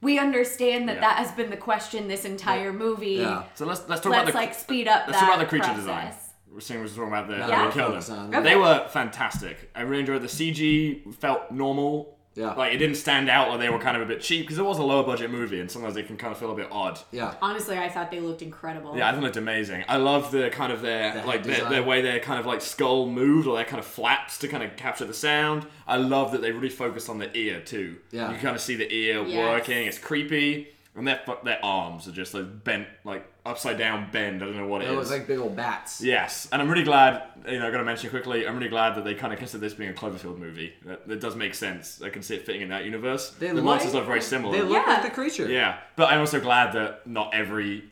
Speaker 2: we understand that
Speaker 1: Yeah.
Speaker 2: that has been the question this entire movie
Speaker 3: Yeah.
Speaker 1: So let's let's talk about
Speaker 2: let's
Speaker 1: the
Speaker 2: like speed up
Speaker 1: let's
Speaker 2: that
Speaker 1: talk about the creature
Speaker 2: process.
Speaker 1: design. We're seeing we're talking about the
Speaker 3: Yeah.
Speaker 1: how they killed
Speaker 3: Focus
Speaker 1: them.
Speaker 3: on that.
Speaker 1: They were fantastic. I really enjoyed the CG. Felt normal.
Speaker 3: Yeah.
Speaker 1: Like it didn't stand out, or they were kind of a bit cheap because it was a lower budget movie, and sometimes they can kind of feel a bit odd.
Speaker 3: Yeah.
Speaker 2: Honestly, I thought they looked incredible.
Speaker 1: Yeah, I think it's amazing. I love the kind of their
Speaker 3: The
Speaker 1: like
Speaker 3: head
Speaker 1: their,
Speaker 3: design.
Speaker 1: their way their kind of like skull moved or their kind of flaps to kind of capture the sound. I love that they really focused on the ear too.
Speaker 3: Yeah.
Speaker 1: you can kind of see the ear
Speaker 2: Yes.
Speaker 1: working. It's creepy, and their fu- their arms are just like bent like upside down bend. I don't know what
Speaker 3: It
Speaker 1: is.
Speaker 3: was like big old bats.
Speaker 1: Yes, and I'm really glad. You know, I got to mention quickly. I'm really glad that they kind of consider this being a Cloverfield movie. That, that does make sense. I can see it fitting in that universe.
Speaker 3: They
Speaker 1: the
Speaker 3: look-
Speaker 1: monsters are very similar.
Speaker 3: They look
Speaker 2: Yeah.
Speaker 3: like the creature.
Speaker 1: Yeah, but I'm also glad that not every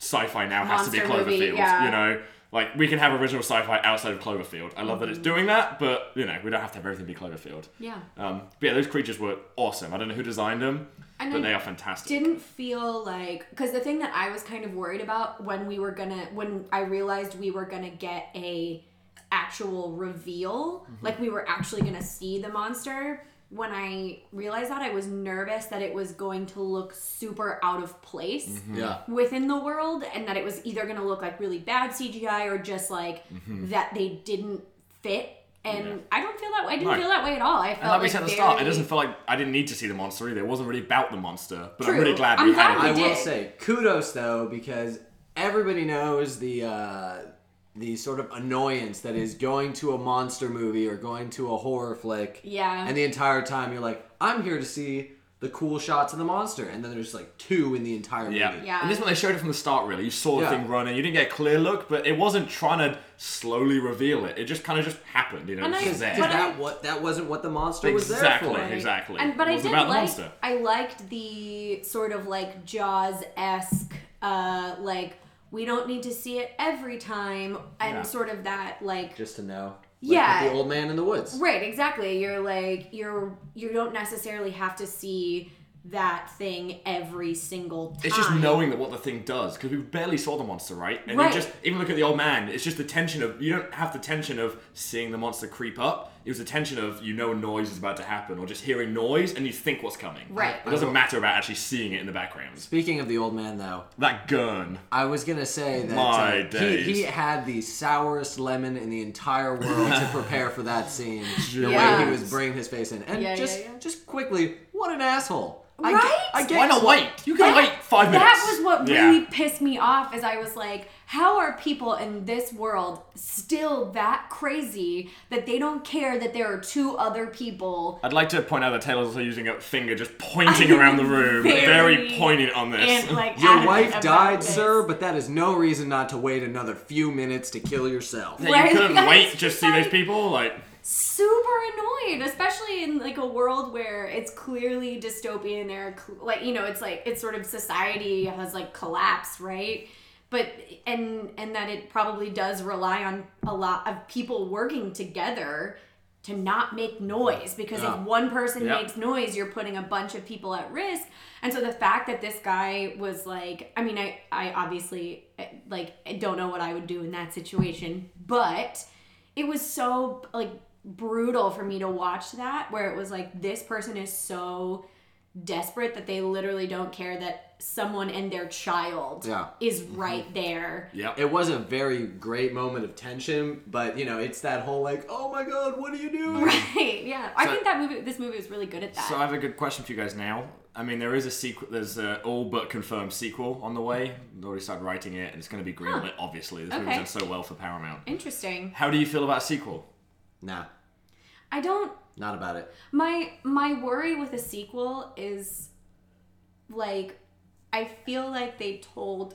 Speaker 1: sci-fi now has to be
Speaker 2: Monster
Speaker 1: Cloverfield.
Speaker 2: movie, yeah.
Speaker 1: You know, like we can have original sci-fi outside of Cloverfield. I love that it's doing that, but you know, we don't have to have everything be Cloverfield.
Speaker 2: Mm-hmm. Yeah.
Speaker 1: Um, but yeah, those creatures were awesome. I don't know who designed them,
Speaker 2: And
Speaker 1: but
Speaker 2: I
Speaker 1: they are fantastic.
Speaker 2: Didn't feel like because the thing that I was kind of worried about when we were gonna when I realized we were gonna get a actual reveal,
Speaker 1: Mm-hmm.
Speaker 2: like we were actually gonna see the monster. When I realized that, I was nervous that it was going to look super out of place.
Speaker 1: Mm-hmm.
Speaker 3: Yeah.
Speaker 2: within the world and that it was either going to look like really bad CGI or just like that they didn't fit. And
Speaker 1: Mm-hmm. Yeah.
Speaker 2: I don't feel that way. I didn't
Speaker 1: Right.
Speaker 2: feel that way at all. I felt
Speaker 1: and like
Speaker 2: like
Speaker 1: we said at the start, it
Speaker 2: very-
Speaker 1: doesn't feel like I didn't need to see the monster either. It wasn't really about the monster, but I'm
Speaker 2: True.
Speaker 1: really glad
Speaker 2: I'm
Speaker 1: we
Speaker 2: glad
Speaker 1: had
Speaker 2: we
Speaker 1: it.
Speaker 3: I will
Speaker 2: did.
Speaker 3: say kudos though because everybody knows the uh, the sort of annoyance that is going to a monster movie or going to a horror flick.
Speaker 2: Yeah.
Speaker 3: And the entire time you're like, I'm here to see the cool shots of the monster, and then there's like two in the entire
Speaker 1: Yeah.
Speaker 3: movie.
Speaker 2: Yeah.
Speaker 1: And this one they showed it from the start really. You saw the
Speaker 3: Yeah.
Speaker 1: thing running. You didn't get a clear look, but it wasn't trying to slowly reveal it. It just kind of just happened, you know.
Speaker 2: And
Speaker 1: it was
Speaker 2: I-
Speaker 1: just there.
Speaker 3: Because
Speaker 2: But I-
Speaker 3: that what that wasn't what the monster was
Speaker 1: Exactly,
Speaker 3: there for.
Speaker 1: exactly.
Speaker 2: And but
Speaker 1: it
Speaker 2: I
Speaker 1: was
Speaker 2: did
Speaker 1: about the
Speaker 2: like
Speaker 1: monster.
Speaker 2: I liked the sort of like Jaws esque, uh, like we don't need to see it every time, and
Speaker 1: Yeah.
Speaker 2: sort of that like
Speaker 3: Just to know. Like,
Speaker 2: Yeah.
Speaker 3: with The old man in the woods.
Speaker 2: Right, exactly. You're like you're you don't necessarily have to see that thing every single time.
Speaker 1: It's just knowing that what the thing does because we barely saw the monster, right? And
Speaker 2: Right.
Speaker 1: you just even look at the old man. It's just the tension of you don't have the tension of seeing the monster creep up. It was the tension of you know noise is about to happen or just hearing noise and you think what's coming.
Speaker 2: Right.
Speaker 1: It doesn't matter about actually seeing it in the background.
Speaker 3: Speaking of the old man though,
Speaker 1: That gun.
Speaker 3: I was gonna say that
Speaker 1: My
Speaker 3: uh,
Speaker 1: days.
Speaker 3: He, he had the sourest lemon in the entire world to prepare for that scene. The way
Speaker 2: Yeah.
Speaker 3: he was bringing his face in, and
Speaker 2: Yeah, yeah,
Speaker 3: just
Speaker 2: yeah.
Speaker 3: just quickly, what an asshole!
Speaker 2: Right?
Speaker 3: I, get,
Speaker 1: Why not wait? You can
Speaker 2: That-
Speaker 1: wait five minutes.
Speaker 2: That was what
Speaker 1: Yeah.
Speaker 2: really pissed me off is I was like, how are people in this world still that crazy that they don't care that there are two other people
Speaker 1: I'd like to point out that Taylor's also using a finger just pointing around the room. Very,
Speaker 2: Very
Speaker 1: poignant on this.
Speaker 2: and like
Speaker 3: Your
Speaker 2: adamant
Speaker 3: wife
Speaker 2: about
Speaker 3: died,
Speaker 2: this.
Speaker 3: sir, but that is no reason not to wait another few minutes to kill yourself.
Speaker 1: Yeah,
Speaker 2: Right?
Speaker 1: you couldn't
Speaker 2: That's
Speaker 1: wait just see those
Speaker 2: like-
Speaker 1: people? Like
Speaker 2: super annoyed, especially in like a world where it's clearly dystopian. There, are cl- like you know, it's like it's sort of society has like collapsed, right? But and and that it probably does rely on a lot of people working together to not make noise because if
Speaker 3: Yeah.
Speaker 2: one person
Speaker 1: Yep.
Speaker 2: makes noise, you're putting a bunch of people at risk. And so the fact that this guy was like, I mean, I I obviously eh, like I don't know what I would do in that situation, but it was so like brutal for me to watch that where it was like this person is so desperate that they literally don't care that someone and their child
Speaker 3: Yeah.
Speaker 2: is
Speaker 1: Mm-hmm.
Speaker 2: right there.
Speaker 1: Yep.
Speaker 3: It was a very great moment of tension, but you know, it's that whole like, oh my god, what are you doing?
Speaker 2: Right. Yeah. I
Speaker 1: So-
Speaker 2: think that movie this movie was really good at that.
Speaker 1: So I have a good question for you guys now. I mean, there is a sequel. There's a all but confirmed sequel on the way. They've already started writing it, and it's going to be greenlit. Obviously, this movie's
Speaker 2: Okay.
Speaker 1: done so well for Paramount.
Speaker 2: Interesting.
Speaker 1: How do you feel about a sequel?
Speaker 3: nah,
Speaker 2: I don't
Speaker 3: not about it.
Speaker 2: my my worry with a sequel is like I feel like they told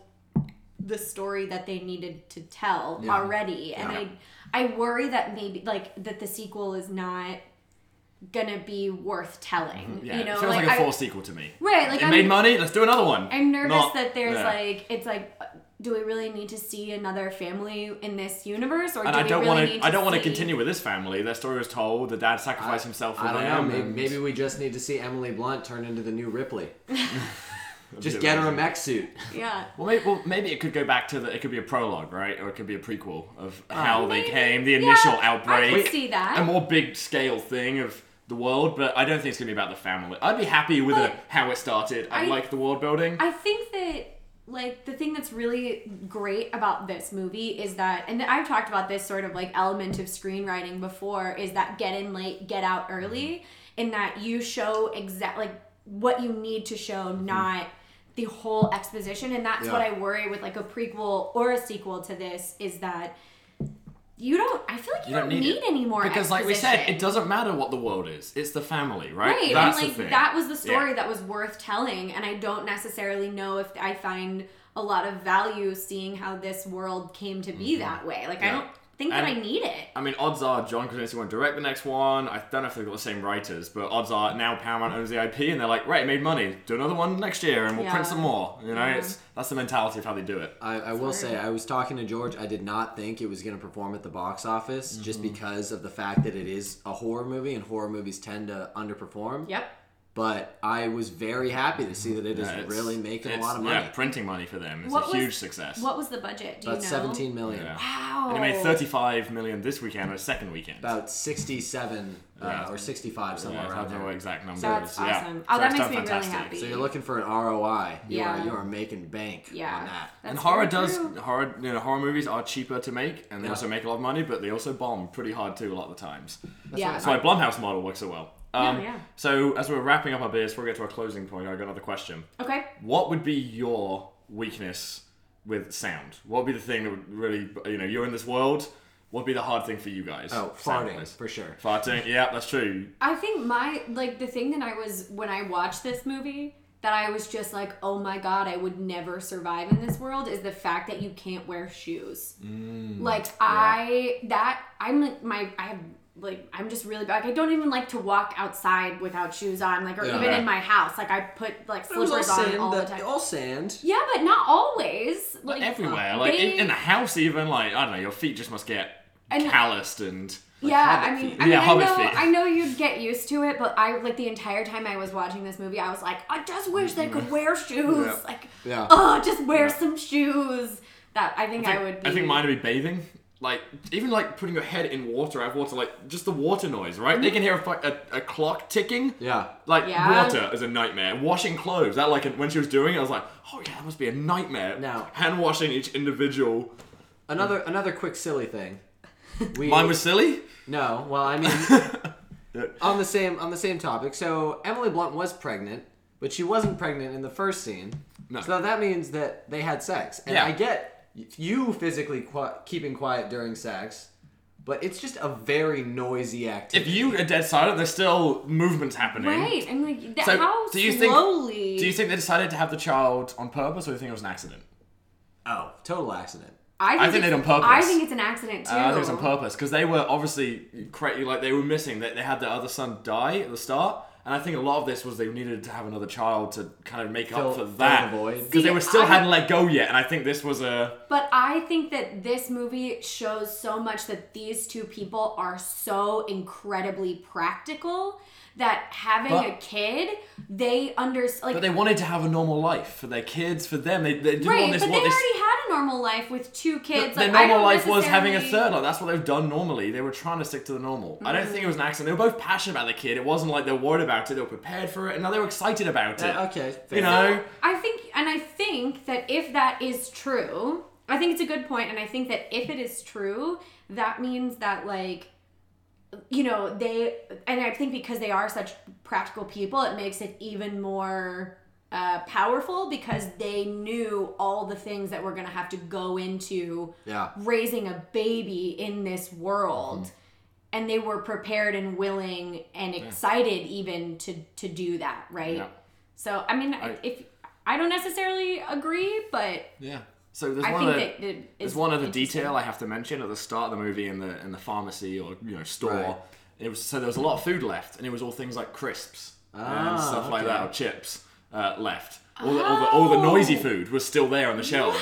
Speaker 2: the story that they needed to tell
Speaker 3: Yeah.
Speaker 2: already and
Speaker 1: Yeah.
Speaker 2: I I worry that maybe like that the sequel is not gonna be worth telling.
Speaker 1: Mm-hmm. Yeah,
Speaker 2: you know,
Speaker 1: it feels like,
Speaker 2: I-
Speaker 1: a forced sequel to me.
Speaker 2: Right, like
Speaker 1: it
Speaker 2: I'm,
Speaker 1: made money. Let's do another one.
Speaker 2: I'm nervous
Speaker 1: Not-
Speaker 2: that there's
Speaker 1: yeah.
Speaker 2: like it's like do we really need to see another family in this universe or
Speaker 1: And
Speaker 2: do
Speaker 1: I
Speaker 2: we
Speaker 1: don't
Speaker 2: really
Speaker 1: want
Speaker 2: need
Speaker 1: to. I don't want to
Speaker 2: see-
Speaker 1: continue with this family. Their story was told. The dad sacrificed himself. For
Speaker 3: I don't know.
Speaker 1: them,
Speaker 3: Maybe,
Speaker 1: and-
Speaker 3: maybe we just need to see Emily Blunt turn into the new Ripley.
Speaker 1: That'd
Speaker 3: Just
Speaker 1: be
Speaker 3: get her a
Speaker 1: amazing.
Speaker 3: mech suit.
Speaker 2: Yeah.
Speaker 1: Well maybe, well, maybe it could go back to the. It could be a prologue, right? Or it could be a prequel of how they
Speaker 2: Uh, Maybe.
Speaker 1: came, the
Speaker 2: Yeah,
Speaker 1: initial
Speaker 2: I
Speaker 1: outbreak.
Speaker 2: can see that.
Speaker 1: a more big scale thing of the world, but I don't think it's gonna be about the family. I'd be happy with
Speaker 2: But
Speaker 1: it, how it started. I,
Speaker 2: I-
Speaker 1: like the world building.
Speaker 2: I think that like the thing that's really great about this movie is that and I've talked about this sort of like element of screenwriting before is that get in late, get out early
Speaker 1: Mm-hmm.
Speaker 2: in that you show exact like what you need to show
Speaker 1: Mm-hmm.
Speaker 2: not the whole exposition and that's
Speaker 3: Yeah.
Speaker 2: what I worry with like a prequel or a sequel to this is that you don't I feel like you, don't, need,
Speaker 1: it.
Speaker 2: any more
Speaker 1: because, like we
Speaker 2: exposition.
Speaker 1: said, it doesn't matter what the world is. It's the family, right?
Speaker 2: Right,
Speaker 1: That's
Speaker 2: and
Speaker 1: the
Speaker 2: like
Speaker 1: thing.
Speaker 2: that was the story
Speaker 1: Yeah.
Speaker 2: that was worth telling, and I don't necessarily know if I find a lot of value seeing how this world came to be that way. Like I
Speaker 1: Mm-hmm. Yeah.
Speaker 2: don't think that
Speaker 1: And-
Speaker 2: I need it.
Speaker 1: I mean, odds are John Krasinski won't direct the next one. I don't know if they've got the same writers, but odds are now Paramount owns the IP, and they're like, right, it made money. Do another one next year, and we'll
Speaker 2: Yeah.
Speaker 1: print some more. You know,
Speaker 2: Yeah.
Speaker 1: it's that's the mentality of how they do it.
Speaker 3: I, I will
Speaker 2: hard.
Speaker 3: say, I was talking to George. I did not think it was going to perform at the box office just
Speaker 1: Mm-hmm.
Speaker 3: because of the fact that it is a horror movie and horror movies tend to underperform.
Speaker 2: Yep.
Speaker 3: But I was very happy to see that it is
Speaker 1: Yeah, it's-
Speaker 3: really making a
Speaker 1: it's-
Speaker 3: lot of money.
Speaker 1: Yeah, printing money for them. It's
Speaker 2: What
Speaker 1: a
Speaker 2: was-
Speaker 1: huge success.
Speaker 2: What was the budget? Do
Speaker 3: About
Speaker 2: you know?
Speaker 3: 17 million.
Speaker 1: Yeah.
Speaker 2: Wow.
Speaker 1: And it made 35 million this weekend, or second weekend.
Speaker 3: About 67
Speaker 1: Yeah.
Speaker 3: uh, or 65, somewhere
Speaker 1: Yeah, I
Speaker 3: around
Speaker 1: don't know
Speaker 3: there.
Speaker 1: what exact number
Speaker 2: That's
Speaker 1: is. Yeah.
Speaker 2: awesome. Oh, that
Speaker 1: it's
Speaker 2: makes
Speaker 1: done
Speaker 2: me really
Speaker 1: fantastic.
Speaker 2: happy.
Speaker 3: So you're looking for an ROI. You
Speaker 2: Yeah.
Speaker 3: are you are making bank
Speaker 2: Yeah.
Speaker 3: on that.
Speaker 2: That's
Speaker 1: and horror
Speaker 2: very
Speaker 1: does
Speaker 2: true.
Speaker 1: horror you know horror movies are cheaper to make and they
Speaker 3: Yeah.
Speaker 1: also make a lot of money but they also bomb pretty hard too a lot of the times.
Speaker 2: yeah.
Speaker 1: That's why Blumhouse model works so well.
Speaker 2: Yeah,
Speaker 1: Um,
Speaker 2: yeah.
Speaker 1: So as we're wrapping up our beers, before we get to our closing point, I got another question.
Speaker 2: Okay.
Speaker 1: What would be your weakness with sound? What would be the thing that would really you know you're in this world? What would be the hard thing for you guys?
Speaker 3: Oh, farting,
Speaker 1: sound-wise?
Speaker 3: for sure.
Speaker 1: Farting, yeah, that's true.
Speaker 2: I think my like the thing that I was when I watched this movie that I was just like, oh my god, I would never survive in this world is the fact that you can't wear shoes.
Speaker 3: Mm,
Speaker 2: like I that I'm like my I have like I'm just really bad. Like, I don't even like to walk outside without shoes on, like or
Speaker 3: Yeah.
Speaker 2: even in my house. Like I put like
Speaker 3: It was all
Speaker 2: slippers on
Speaker 3: sand.
Speaker 2: all the
Speaker 3: that-
Speaker 2: time.
Speaker 3: All sand.
Speaker 2: yeah, but not always. Like uh,
Speaker 1: Everywhere, like in,
Speaker 2: they-
Speaker 1: in the house, even like I don't know, your feet just must get
Speaker 2: And-
Speaker 1: calloused and
Speaker 2: yeah,
Speaker 3: Hobbit
Speaker 2: I mean,
Speaker 3: feet.
Speaker 2: I, mean
Speaker 1: Yeah,
Speaker 2: I
Speaker 1: Hobbit
Speaker 2: know,
Speaker 1: feet.
Speaker 2: I know you'd get used to it, but I like the entire time I was watching this movie, I was like, I just wish they could wear shoes.
Speaker 1: Yeah.
Speaker 2: Like,
Speaker 3: Yeah.
Speaker 2: oh, just wear some shoes. That I think I, would. Be,
Speaker 1: I think mine would be bathing. Like even like putting your head in water, I have water. Like just the water noise, right? They can hear a, fu- a, a clock ticking.
Speaker 3: Yeah.
Speaker 1: Like
Speaker 2: Mm-hmm. Yeah.
Speaker 1: water is a nightmare. Washing clothes, that like when she was doing it, I was like, oh yeah, that must be a nightmare.
Speaker 3: Now-
Speaker 1: hand washing each individual.
Speaker 3: Another another quick silly thing. We,
Speaker 1: Mine was silly.
Speaker 3: no. Well, I mean, on the same on the same topic. So Emily Blunt was pregnant, but she wasn't pregnant in the first scene.
Speaker 1: No.
Speaker 3: So that means that they had sex, and
Speaker 1: Yeah.
Speaker 3: I get you physically qui- keeping quiet during sex, but it's just a very noisy
Speaker 1: If
Speaker 3: activity.
Speaker 1: you are dead silent, there's still movements happening.
Speaker 2: Right, I'm like, that,
Speaker 1: So,
Speaker 2: how
Speaker 1: do you think-
Speaker 2: slowly?
Speaker 1: Do you think they decided to have the child on purpose, or do you think it was an accident?
Speaker 3: oh, total accident.
Speaker 1: I think
Speaker 2: it's-
Speaker 1: they did on purpose.
Speaker 2: I think it's an accident too.
Speaker 1: Uh, I think it was on purpose because they were obviously cra- like they were missing that they had their other son die at the start, and I think a lot of this was they needed to have another child to kind of make
Speaker 3: Fill-
Speaker 1: up for
Speaker 3: fill
Speaker 1: that
Speaker 3: the void.
Speaker 1: because they
Speaker 2: See,
Speaker 1: were still
Speaker 2: I-
Speaker 1: hadn't let go yet, and I think this was a
Speaker 2: But I think that this movie shows so much that these two people are so incredibly practical that having
Speaker 1: But-
Speaker 2: a kid, they understand.
Speaker 1: but
Speaker 2: Like,
Speaker 1: they wanted to have a normal life for their kids for them they, they didn't
Speaker 2: right,
Speaker 1: want
Speaker 2: but
Speaker 1: this
Speaker 2: they
Speaker 1: what
Speaker 2: already
Speaker 1: they
Speaker 2: had a normal life with two kids.
Speaker 1: their
Speaker 2: like, I
Speaker 1: normal
Speaker 2: don't
Speaker 1: life was having a
Speaker 2: necessarily-
Speaker 1: third like that's
Speaker 2: Mm.
Speaker 1: what they've done normally they were trying to stick to the normal i don't think it was an accident they were both passionate about the kid it wasn't like they're worried about about it. They were prepared for it, and now they were excited about it.
Speaker 3: Uh, okay. fair
Speaker 1: You know,
Speaker 2: I think, and I think that if that is true, I think it's a good point, and I think that if it is true, that means that like, you know, they, and I think because they are such practical people, it makes it even more uh, powerful because they knew all the things that we're gonna have to go into
Speaker 3: Yeah.
Speaker 2: raising a baby in this world
Speaker 1: Mm-hmm.
Speaker 2: and they were prepared and willing and excited even to to do that right
Speaker 1: Yeah.
Speaker 2: so i mean I, if i don't necessarily agree but
Speaker 1: yeah. So there's
Speaker 2: i
Speaker 1: one
Speaker 2: think
Speaker 1: of the,
Speaker 2: that it
Speaker 1: There's
Speaker 2: is
Speaker 1: one other
Speaker 2: interesting.
Speaker 1: detail I have to mention at the start of the movie in the in the pharmacy or you know store.
Speaker 3: Right.
Speaker 1: It was so there was a lot of food left, and it was all things like crisps
Speaker 3: Ah,
Speaker 1: and stuff like
Speaker 3: okay.
Speaker 1: that, or chips uh, left. All the, all, the, all the noisy
Speaker 2: Oh.
Speaker 1: food was still there on the shelves.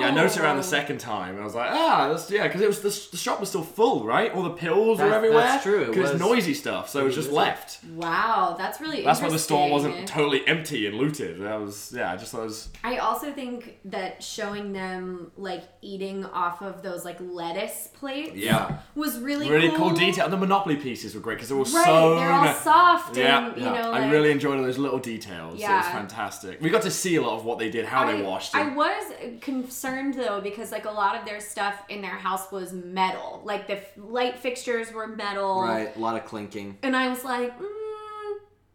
Speaker 1: Yeah, I noticed it around the second time, and I was like, ah, that's, yeah, because it was the, the shop was still full, right? All the pills were
Speaker 3: That-
Speaker 1: everywhere.
Speaker 3: that's true, it
Speaker 1: Because
Speaker 3: was-
Speaker 1: noisy stuff, so it was just
Speaker 3: was-
Speaker 1: left.
Speaker 2: wow that's really
Speaker 1: That's why the store wasn't
Speaker 2: interesting.
Speaker 1: totally empty and looted. That was yeah, I just thought it was
Speaker 2: I also think that showing them like eating off of those like lettuce plates
Speaker 1: yeah.
Speaker 2: was really
Speaker 1: Really cool detail. The Monopoly pieces were great because they were
Speaker 2: Right,
Speaker 1: so
Speaker 2: they're all soft
Speaker 1: Yeah,
Speaker 2: and you
Speaker 1: yeah.
Speaker 2: know.
Speaker 1: I
Speaker 2: like-
Speaker 1: really enjoyed all those little details. It was
Speaker 2: Yeah.
Speaker 1: fantastic. We got to see a lot of what they did, how
Speaker 2: I,
Speaker 1: they washed
Speaker 2: I
Speaker 1: it.
Speaker 2: was concerned though because like a lot of their stuff in their house was metal. Like the f- light fixtures were metal,
Speaker 3: Right. A lot of clinking.
Speaker 2: and I was like, mm,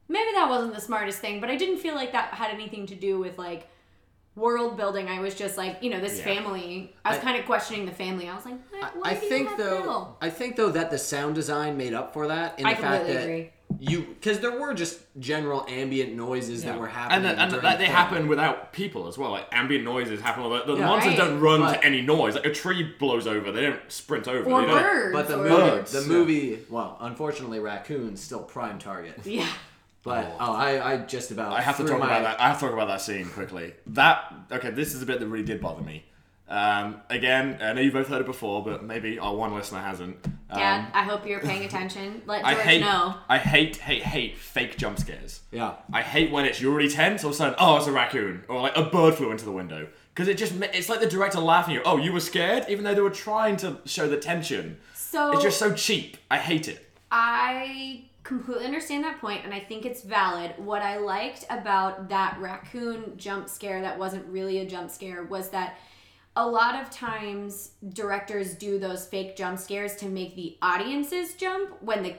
Speaker 2: maybe that wasn't the smartest thing. But I didn't feel like that had anything to do with like world building. I was just like, you know, this
Speaker 1: Yeah.
Speaker 2: family. I was
Speaker 3: I-
Speaker 2: kind of questioning the family. I was like, why, why
Speaker 3: I
Speaker 2: do you
Speaker 3: think
Speaker 2: have
Speaker 3: though.
Speaker 2: metal?
Speaker 3: I think though that the sound design made up for that in
Speaker 2: I
Speaker 3: the fact
Speaker 2: completely
Speaker 3: that
Speaker 2: agree.
Speaker 3: you because there were just general ambient noises that were happening.
Speaker 1: and, and,
Speaker 3: during
Speaker 1: like, they
Speaker 3: the film.
Speaker 1: happen without people as well. Like ambient noises happen. all The, the
Speaker 3: Yeah.
Speaker 1: monsters
Speaker 2: Right.
Speaker 1: don't run
Speaker 3: But-
Speaker 1: to any noise. Like a tree blows over, they don't sprint over.
Speaker 2: Or
Speaker 1: they don't-
Speaker 2: birds,
Speaker 3: But the
Speaker 2: or-
Speaker 3: movie,
Speaker 1: Birds,
Speaker 3: the
Speaker 1: yeah.
Speaker 3: movie, well, unfortunately, raccoons still prime target.
Speaker 2: Yeah.
Speaker 3: But oh, I, I just about.
Speaker 1: I have to
Speaker 3: threw
Speaker 1: talk
Speaker 3: my-
Speaker 1: about that. I have to talk about that scene quickly. That okay, this is a bit that really did bother me. Um, again, I know you both heard it before, but maybe our one listener hasn't. Um,
Speaker 2: Dad, I hope you're paying attention. Let
Speaker 1: I
Speaker 2: George
Speaker 1: hate,
Speaker 2: know.
Speaker 1: I hate, hate, hate fake jump scares.
Speaker 3: Yeah.
Speaker 1: I hate when it's you're already tense, all of a sudden, oh, it's a raccoon, or like a bird flew into the window, because it just ma- it's like the director laughing at you. Oh, you were scared, even though they were trying to show the tension.
Speaker 2: So
Speaker 1: It's just so cheap. I hate it.
Speaker 2: I completely understand that point and I think it's valid. What I liked about that raccoon jump scare that wasn't really a jump scare was that a lot of times directors do those fake jump scares to make the audiences jump when the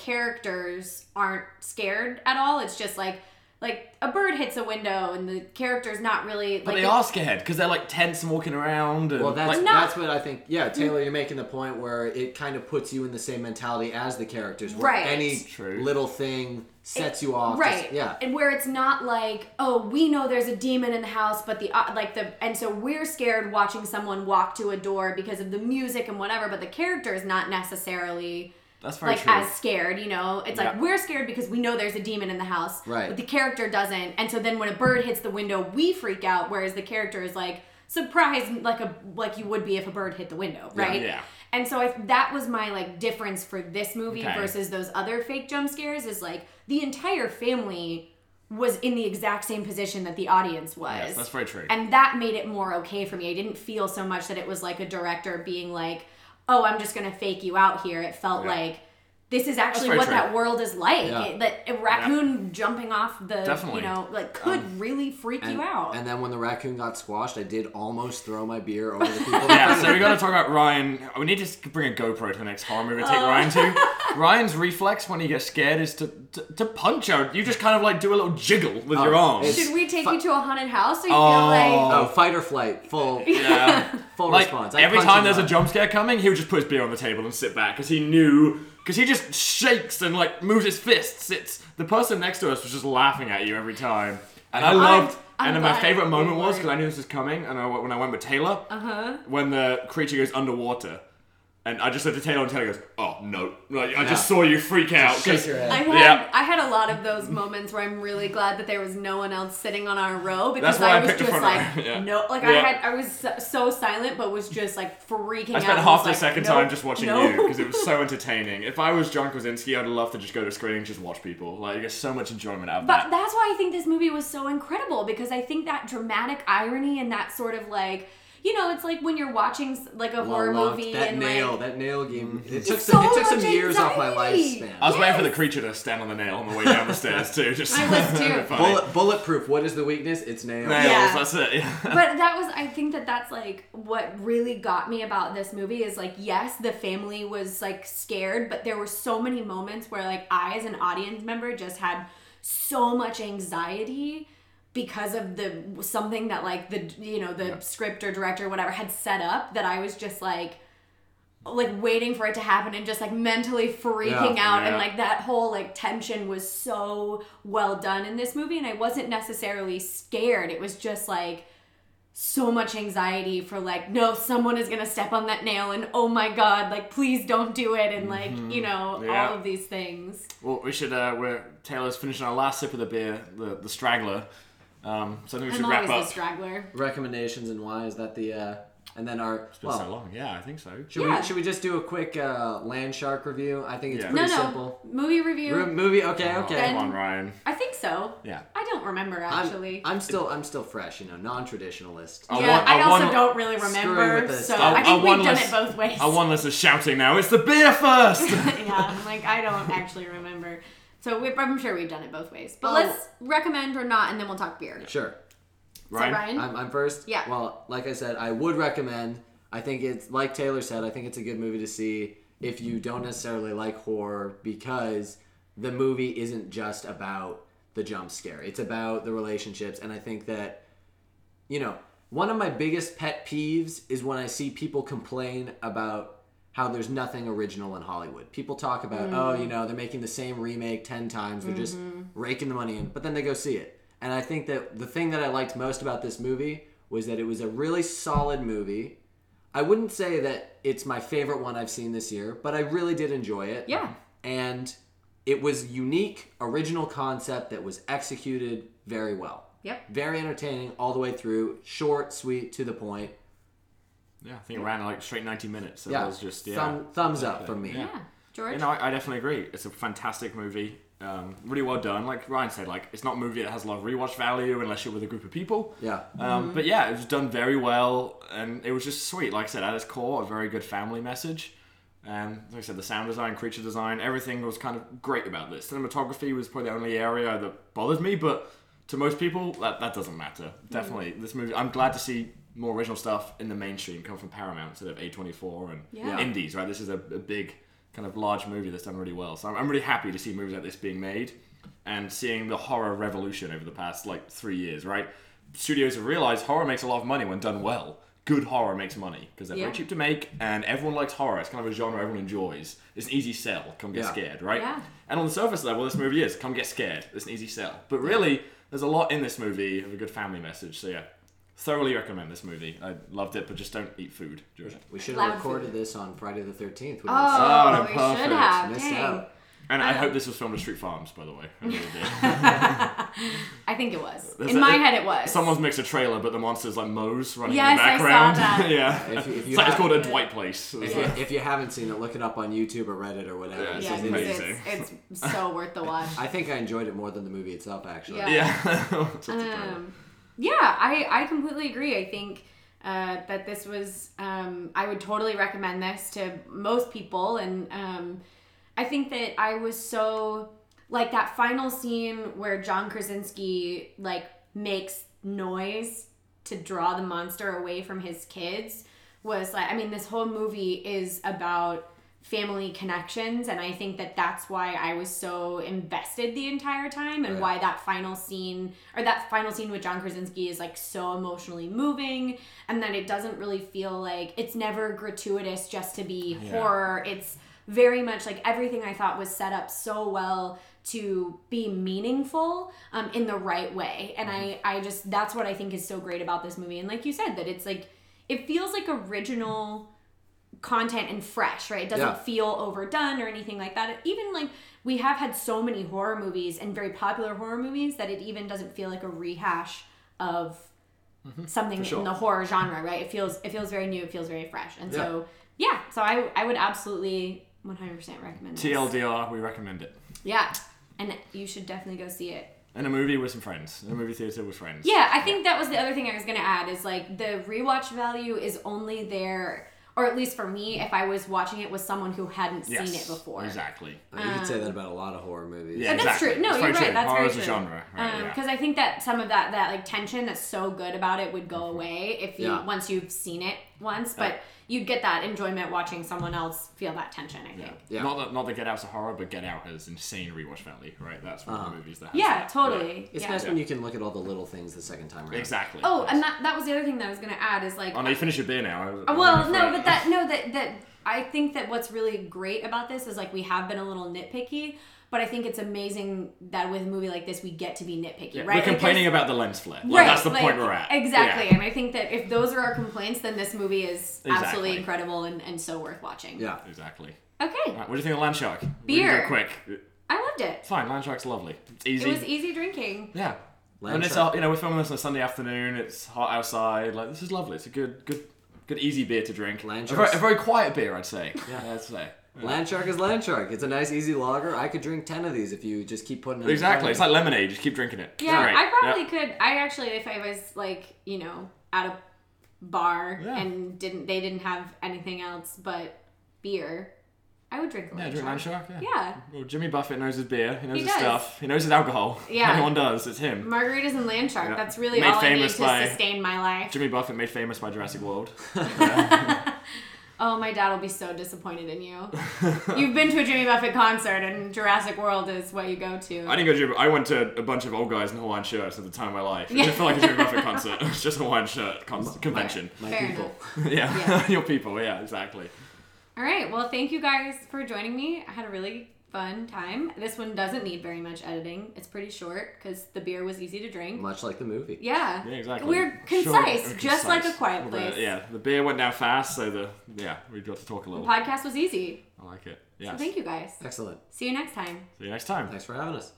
Speaker 2: characters aren't scared at all. It's just like like a bird hits a window and the character's not really
Speaker 1: But
Speaker 2: like
Speaker 1: they are scared because they're like tense and walking around. And,
Speaker 3: Well, that's
Speaker 1: like,
Speaker 2: No. Mm.
Speaker 3: that's what I think. Yeah, Taylor, you're making the point where it kind of puts you in the same mentality as the characters, where
Speaker 2: Right.
Speaker 3: any
Speaker 1: True.
Speaker 3: little thing sets you off.
Speaker 2: right
Speaker 3: Just- yeah.
Speaker 2: and where it's not like oh we know there's a demon in the house but the uh, like the and so we're scared watching someone walk to a door because of the music and whatever but the character is not necessarily
Speaker 1: that's very
Speaker 2: like
Speaker 1: true.
Speaker 2: as scared you know it's like
Speaker 1: Yeah.
Speaker 2: we're scared because we know there's a demon in the house
Speaker 3: Right.
Speaker 2: but the character doesn't and so then when a bird hits the window we freak out whereas the character is like surprised like a like you would be if a bird hit the window right
Speaker 1: yeah.
Speaker 2: and so I, that was my like difference for this movie
Speaker 1: Okay.
Speaker 2: versus those other fake jump scares is like the entire family was in the exact same position that the audience was.
Speaker 1: Yes, that's very true.
Speaker 2: And that made it more okay for me. I didn't feel so much that it was like a director being like, "Oh, I'm just going to fake you out here." It felt
Speaker 1: Yeah.
Speaker 2: like this is actually
Speaker 1: very
Speaker 2: what
Speaker 1: true.
Speaker 2: that world is like.
Speaker 3: Yeah.
Speaker 2: It- that a raccoon jumping off the,
Speaker 1: Definitely. Um,
Speaker 2: you know, like could really freak
Speaker 3: And,
Speaker 2: you out.
Speaker 3: and then when the raccoon got squashed, I did almost throw my beer over the people.
Speaker 1: yeah, so we got to talk about Ryan. We need to bring a GoPro to the next horror movie and
Speaker 2: Oh.
Speaker 1: take Ryan to. Ryan's reflex when he gets scared is to, to, to punch out. You just kind of like do a little jiggle with your arm.
Speaker 3: Oh, it's-
Speaker 2: Should we take you to a haunted house so you
Speaker 1: Oh.
Speaker 2: feel like
Speaker 3: Oh, fight or flight, full,
Speaker 1: Yeah.
Speaker 3: full
Speaker 1: like
Speaker 3: response. I
Speaker 1: every
Speaker 3: punch
Speaker 1: time
Speaker 3: him
Speaker 1: there's a
Speaker 3: up.
Speaker 1: jump scare coming, he would just put his beer on the table and sit back because he knew because he just shakes and like moves his fists. It's the person next to us was just laughing at you every time, and I loved.
Speaker 2: I'm
Speaker 1: and then my
Speaker 2: glad
Speaker 1: favorite
Speaker 2: we
Speaker 1: moment was because
Speaker 2: weren't.
Speaker 1: I knew this was coming, and I, when I went with Taylor, uh-huh. when the creature goes underwater, and I just looked at Taylor, and Taylor goes, "Oh no!" Like, I just
Speaker 3: Yeah.
Speaker 1: saw you freak out.
Speaker 3: shake
Speaker 1: 'cause-
Speaker 3: your head.
Speaker 2: I had
Speaker 1: Yeah.
Speaker 2: I had a lot of those moments where I'm really glad that there was no one else sitting on our row because
Speaker 1: That's why I
Speaker 2: was
Speaker 1: picked the
Speaker 2: just
Speaker 1: front
Speaker 2: like
Speaker 1: row, yeah.
Speaker 2: no like I
Speaker 1: Yeah.
Speaker 2: had I was so, so silent but was just like freaking out.
Speaker 1: I spent
Speaker 2: was
Speaker 1: half the
Speaker 2: like,
Speaker 1: second
Speaker 2: nope,
Speaker 1: time just watching
Speaker 2: nope.
Speaker 1: you because it was so entertaining. If I was John Krasinski, I'd love to just go to a screen and just watch people. Like, you get so much enjoyment out of
Speaker 2: But
Speaker 1: that.
Speaker 2: that's why I think this movie was so incredible because I think that dramatic irony and that sort of like you know, it's like when you're watching s- like a horror
Speaker 3: Loved.
Speaker 2: movie
Speaker 3: that
Speaker 2: and
Speaker 3: nail,
Speaker 2: like
Speaker 3: that nail game. It took
Speaker 2: It's
Speaker 3: some, it
Speaker 2: so
Speaker 3: took some
Speaker 2: much
Speaker 3: years off my
Speaker 2: anxiety.
Speaker 3: lifespan.
Speaker 1: I was waiting for the creature to stand on the nail on the way down the stairs too. Just
Speaker 2: I was too.
Speaker 1: funny.
Speaker 3: Bullet, bulletproof. What is the weakness? It's nails.
Speaker 1: nails.
Speaker 2: Yeah.
Speaker 1: That's it. Yeah.
Speaker 2: but that was i think that that's like what really got me about this movie is like yes the family was like scared but there were so many moments where like i as an audience member just had so much anxiety because of the something that like the you know the script or director or whatever had set up that i was just like like waiting for it to happen and just like mentally freaking
Speaker 3: Yeah,
Speaker 2: out and
Speaker 1: yeah.
Speaker 2: like that whole like tension was so well done in this movie and i wasn't necessarily scared it was just like so much anxiety for like no someone is gonna step on that nail and oh my god like please don't do it and like you know
Speaker 1: Mm-hmm. Yeah.
Speaker 2: all of these things
Speaker 1: Well, we should. Uh, we're Taylor's finishing our last sip of the beer, the, the straggler. Um, so I think we
Speaker 2: i'm
Speaker 1: should wrap
Speaker 2: always a
Speaker 1: up.
Speaker 2: straggler
Speaker 3: Recommendations and why is that the? Uh, and then our
Speaker 1: It's been so
Speaker 3: well,
Speaker 1: long. Yeah, I think so.
Speaker 3: should
Speaker 2: Yeah.
Speaker 3: we should we just do a quick uh, land shark review? I think it's
Speaker 1: Yeah.
Speaker 2: no
Speaker 3: pretty
Speaker 2: no
Speaker 3: simple.
Speaker 2: movie review
Speaker 3: Room, movie. Okay,
Speaker 1: Oh,
Speaker 3: okay.
Speaker 1: come on, Ryan.
Speaker 2: i think so
Speaker 1: Yeah.
Speaker 2: i don't remember
Speaker 3: I'm,
Speaker 2: actually
Speaker 3: I'm still I'm still fresh. You know, non-traditionalist.
Speaker 1: I
Speaker 2: yeah,
Speaker 1: want-
Speaker 2: I,
Speaker 1: I
Speaker 2: also
Speaker 1: want-
Speaker 2: don't really
Speaker 3: Screwing
Speaker 2: remember,
Speaker 3: with this.
Speaker 2: so
Speaker 3: I-
Speaker 2: I,
Speaker 1: I
Speaker 2: think
Speaker 1: want
Speaker 2: we've done
Speaker 1: less-
Speaker 2: it both ways.
Speaker 1: Our one listener's shouting now. It's the beer first.
Speaker 2: yeah, I'm like, I don't actually remember. So we, I'm sure we've done it both ways. But
Speaker 3: Oh.
Speaker 2: let's recommend or not, and then we'll talk beer.
Speaker 3: Sure.
Speaker 2: Right.
Speaker 1: Ryan.
Speaker 3: I'm, I'm first.
Speaker 2: Yeah.
Speaker 3: Well, like I said, I would recommend. I think it's like Taylor said. I think it's a good movie to see if you don't necessarily like horror because the movie isn't just about the jump scare. It's about the relationships, and I think that you know, one of my biggest pet peeves is when I see people complain about how there's nothing original in Hollywood. People talk about, oh, you know, they're making the same remake 10 times, they're just raking the money in, but then they go see it. And I think that the thing that I liked most about this movie was that it was a really solid movie. I wouldn't say that it's my favorite one I've seen this year, but I really did enjoy it.
Speaker 2: Yeah.
Speaker 3: And it was unique, original concept that was executed very well
Speaker 2: Yep.
Speaker 3: very entertaining all the way through short sweet to the point
Speaker 1: Yeah, I think it ran like straight 90 minutes. So
Speaker 3: yeah,
Speaker 1: it was just yeah.
Speaker 3: Thumb, thumbs up from me
Speaker 1: Yeah.
Speaker 2: Yeah. George?
Speaker 1: You know, I, I definitely agree. It's a fantastic movie. Um, really well done. Like Ryan said, like it's not a movie that has a lot of rewatch value unless you're with a group of people.
Speaker 3: yeah
Speaker 1: Um, But yeah, it was done very well, and it was just sweet. Like I said, at its core, a very good family message. And like I said, the sound design, creature design, everything was kind of great about this. Cinematography was probably the only area that bothered me, but to most people, that, that doesn't matter. Definitely, this movie. I'm glad to see more original stuff in the mainstream come from Paramount instead of A24 and
Speaker 2: Yeah.
Speaker 1: indies. Right, this is a, a big kind of large movie that's done really well. So I'm, I'm really happy to see movies like this being made and seeing the horror revolution over the past like three years, right? Studios have realized horror makes a lot of money when done well. Good horror makes money because they're
Speaker 2: Yeah.
Speaker 1: very cheap to make and everyone likes horror. It's kind of a genre everyone enjoys. It's an easy sell. Come get
Speaker 3: Yeah.
Speaker 1: scared, right?
Speaker 2: Yeah.
Speaker 1: And on the surface level, this movie is come get scared. It's an easy sell. But really, there's a lot in this movie of a good family message. So yeah, thoroughly recommend this movie. I loved it, but just don't eat food during it.
Speaker 3: we should
Speaker 2: Loud
Speaker 3: have recorded this on friday the 13th we
Speaker 2: oh,
Speaker 1: Oh,
Speaker 2: we
Speaker 1: perfect.
Speaker 2: should have.
Speaker 3: missed
Speaker 2: Dang.
Speaker 3: out
Speaker 1: And
Speaker 2: Uh,
Speaker 1: I hope this was filmed at Street Farms, by the way. I really did.
Speaker 2: I think it was.
Speaker 1: There's
Speaker 2: In
Speaker 1: a-
Speaker 2: my
Speaker 1: it-
Speaker 2: head, it was.
Speaker 1: Someone's mixed a trailer, but the monster's like Moe's running in
Speaker 2: Yes,
Speaker 1: the
Speaker 2: I saw
Speaker 1: background.
Speaker 2: that.
Speaker 1: yeah.
Speaker 3: If you- if you
Speaker 1: it's, like, it's
Speaker 3: have-
Speaker 1: called a Dwight place.
Speaker 3: if, you, if you haven't seen it look it up on youtube or reddit or whatever
Speaker 1: Yeah,
Speaker 3: It's
Speaker 1: This is
Speaker 2: Yeah,
Speaker 3: just-
Speaker 2: 'cause
Speaker 3: it's-
Speaker 1: amazing.
Speaker 2: It's, it's so worth the watch.
Speaker 3: i think i enjoyed it more than the movie itself actually
Speaker 2: Yeah.
Speaker 1: yeah. It's just a trailer.
Speaker 2: Um, yeah, I, I completely agree. I think uh, that this was, um, I would totally recommend this to most people. And um, I think that I was so, like, that final scene where John Krasinski, like, makes noise to draw the monster away from his kids was like, I mean, this whole movie is about family connections and i think that that's why i was so invested the entire time and
Speaker 3: Right.
Speaker 2: why that final scene or that final scene with john krasinski is like so emotionally moving and that it doesn't really feel like it's never gratuitous just to be
Speaker 1: Yeah.
Speaker 2: horror it's very much like everything i thought was set up so well to be meaningful um, in the right way and i i just that's what i think is so great about this movie and like you said that it's like it feels like original content and fresh, right? It doesn't
Speaker 3: Yeah.
Speaker 2: feel overdone or anything like that. Even like we have had so many horror movies and very popular horror movies that it even doesn't feel like a rehash of something
Speaker 1: sure.
Speaker 2: in the horror genre, right? It feels it feels very new, it feels very fresh. And so yeah, so I I would absolutely 100% recommend this.
Speaker 1: TLDR, we recommend it.
Speaker 2: Yeah. And you should definitely go see it.
Speaker 1: In a movie with some friends. In a movie theater with friends.
Speaker 2: Yeah, I think that was the other thing I was going to add is like the rewatch value is only there, or at least for me, if I was watching it with someone who hadn't
Speaker 1: Yes,
Speaker 2: seen it before.
Speaker 1: Exactly.
Speaker 3: you could
Speaker 2: Um,
Speaker 3: say that about a lot of horror movies.
Speaker 1: Yeah.
Speaker 2: But that's
Speaker 1: Exactly.
Speaker 2: true. No,
Speaker 1: It's very
Speaker 2: you're right.
Speaker 1: true.
Speaker 2: That's
Speaker 1: Horror
Speaker 2: very
Speaker 1: is
Speaker 2: true.
Speaker 1: a genre, right, yeah.
Speaker 2: Because I think that some of that that like tension that's so good about it would
Speaker 1: Mm-hmm.
Speaker 2: go away if you
Speaker 3: Yeah.
Speaker 2: once you've seen it once, but you'd get that enjoyment watching someone else feel that tension. I think.
Speaker 3: Yeah.
Speaker 1: Not that not that Get Out's a horror, but Get Out has insane rewatch value, right? That's one of
Speaker 3: Uh-huh.
Speaker 1: the movies that has
Speaker 2: Yeah,
Speaker 1: that.
Speaker 2: totally.
Speaker 3: It's
Speaker 2: yeah.
Speaker 3: nice when you can look at all the little things the second time around.
Speaker 1: Exactly.
Speaker 2: Oh, and that that was the other thing that I was gonna add is like uh,
Speaker 1: Oh no, you finish your beer now. I was- I
Speaker 2: Well,
Speaker 1: was
Speaker 2: no,
Speaker 1: afraid.
Speaker 2: but that no that that I think that what's really great about this is like we have been a little nitpicky, but I think it's amazing that with a movie like this we get to be nitpicky,
Speaker 1: Yeah,
Speaker 2: right?
Speaker 1: We're
Speaker 2: Like, there's-
Speaker 1: complaining about the lens flare. Like,
Speaker 2: right,
Speaker 1: that's the
Speaker 2: like,
Speaker 1: point we're at.
Speaker 2: Exactly,
Speaker 1: Yeah.
Speaker 2: and I think that if those are our complaints, then this movie is absolutely
Speaker 1: Exactly.
Speaker 2: incredible and, and so worth watching.
Speaker 3: Yeah.
Speaker 1: Exactly.
Speaker 2: Okay,
Speaker 1: Right, what do you think of Land Shark? We
Speaker 2: Beer.
Speaker 1: can go quick.
Speaker 2: I loved it.
Speaker 1: It's fine. Land Shark's lovely. It's easy.
Speaker 2: It was e- easy drinking.
Speaker 1: Yeah.
Speaker 3: Land
Speaker 1: and it's
Speaker 3: Shark.
Speaker 1: all, you know we're filming this on a Sunday afternoon. It's hot outside. Like this is lovely. It's a good good good easy beer to drink.
Speaker 3: Land
Speaker 1: a, very,
Speaker 3: Shark's-
Speaker 1: a very quiet beer, I'd say. Yeah, I'd say.
Speaker 3: Land Shark is Land Shark. It's a nice, easy lager. I could drink 10 of these if you just keep putting it in
Speaker 1: Exactly. It's
Speaker 3: front
Speaker 1: like lemonade. Just keep drinking it. It's
Speaker 2: Yeah,
Speaker 1: great.
Speaker 2: I probably
Speaker 1: Yep.
Speaker 2: could. I actually, if I was like you know at a bar
Speaker 1: Yeah.
Speaker 2: and didn't they didn't have anything else but beer, I would drink. a
Speaker 1: Yeah,
Speaker 2: Land
Speaker 1: drink Land
Speaker 2: Shark.
Speaker 1: Shark. Yeah.
Speaker 2: Yeah.
Speaker 1: Well, Jimmy Buffett knows his beer. He knows
Speaker 2: He
Speaker 1: his
Speaker 2: does.
Speaker 1: stuff. He knows his alcohol.
Speaker 2: Yeah. Mm.
Speaker 1: Anyone does. It's him.
Speaker 2: Margaritas and land shark.
Speaker 1: Yeah.
Speaker 2: That's really
Speaker 1: Made
Speaker 2: all I need
Speaker 1: famous
Speaker 2: to
Speaker 1: by-
Speaker 2: sustain my life.
Speaker 1: Jimmy Buffett made famous by Jurassic World.
Speaker 2: Oh, my dad will be so disappointed in you. You've been to a Jimmy Buffett concert, and Jurassic World is what you go to.
Speaker 1: I didn't go to Jimmy. I went to a bunch of old guys in Hawaiian shirts at the time of my life. It
Speaker 2: Yeah.
Speaker 1: didn't feel like a Jimmy Buffett concert. It was just a Hawaiian shirt con- convention.
Speaker 3: of My
Speaker 2: Fair
Speaker 3: people.
Speaker 2: enough.
Speaker 1: Yeah.
Speaker 2: Yeah.
Speaker 1: Your people. Yeah. Exactly.
Speaker 2: All right. Well, thank you guys for joining me. I had a really fun time. This one doesn't need very much editing. It's pretty short because the beer was easy to drink.
Speaker 3: Much like the movie.
Speaker 2: Yeah.
Speaker 1: Yeah, exactly.
Speaker 2: We're
Speaker 1: Short
Speaker 2: concise,
Speaker 1: and
Speaker 2: just like a
Speaker 1: concise.
Speaker 2: quiet
Speaker 1: The-
Speaker 2: place.
Speaker 1: yeah, the beer went down fast, so the yeah, we got to talk a little. I
Speaker 2: Podcast was easy.
Speaker 1: like it. Yeah.
Speaker 2: Thank you guys.
Speaker 3: Excellent.
Speaker 2: See you next time.
Speaker 1: See you next time.
Speaker 3: Thanks for having us.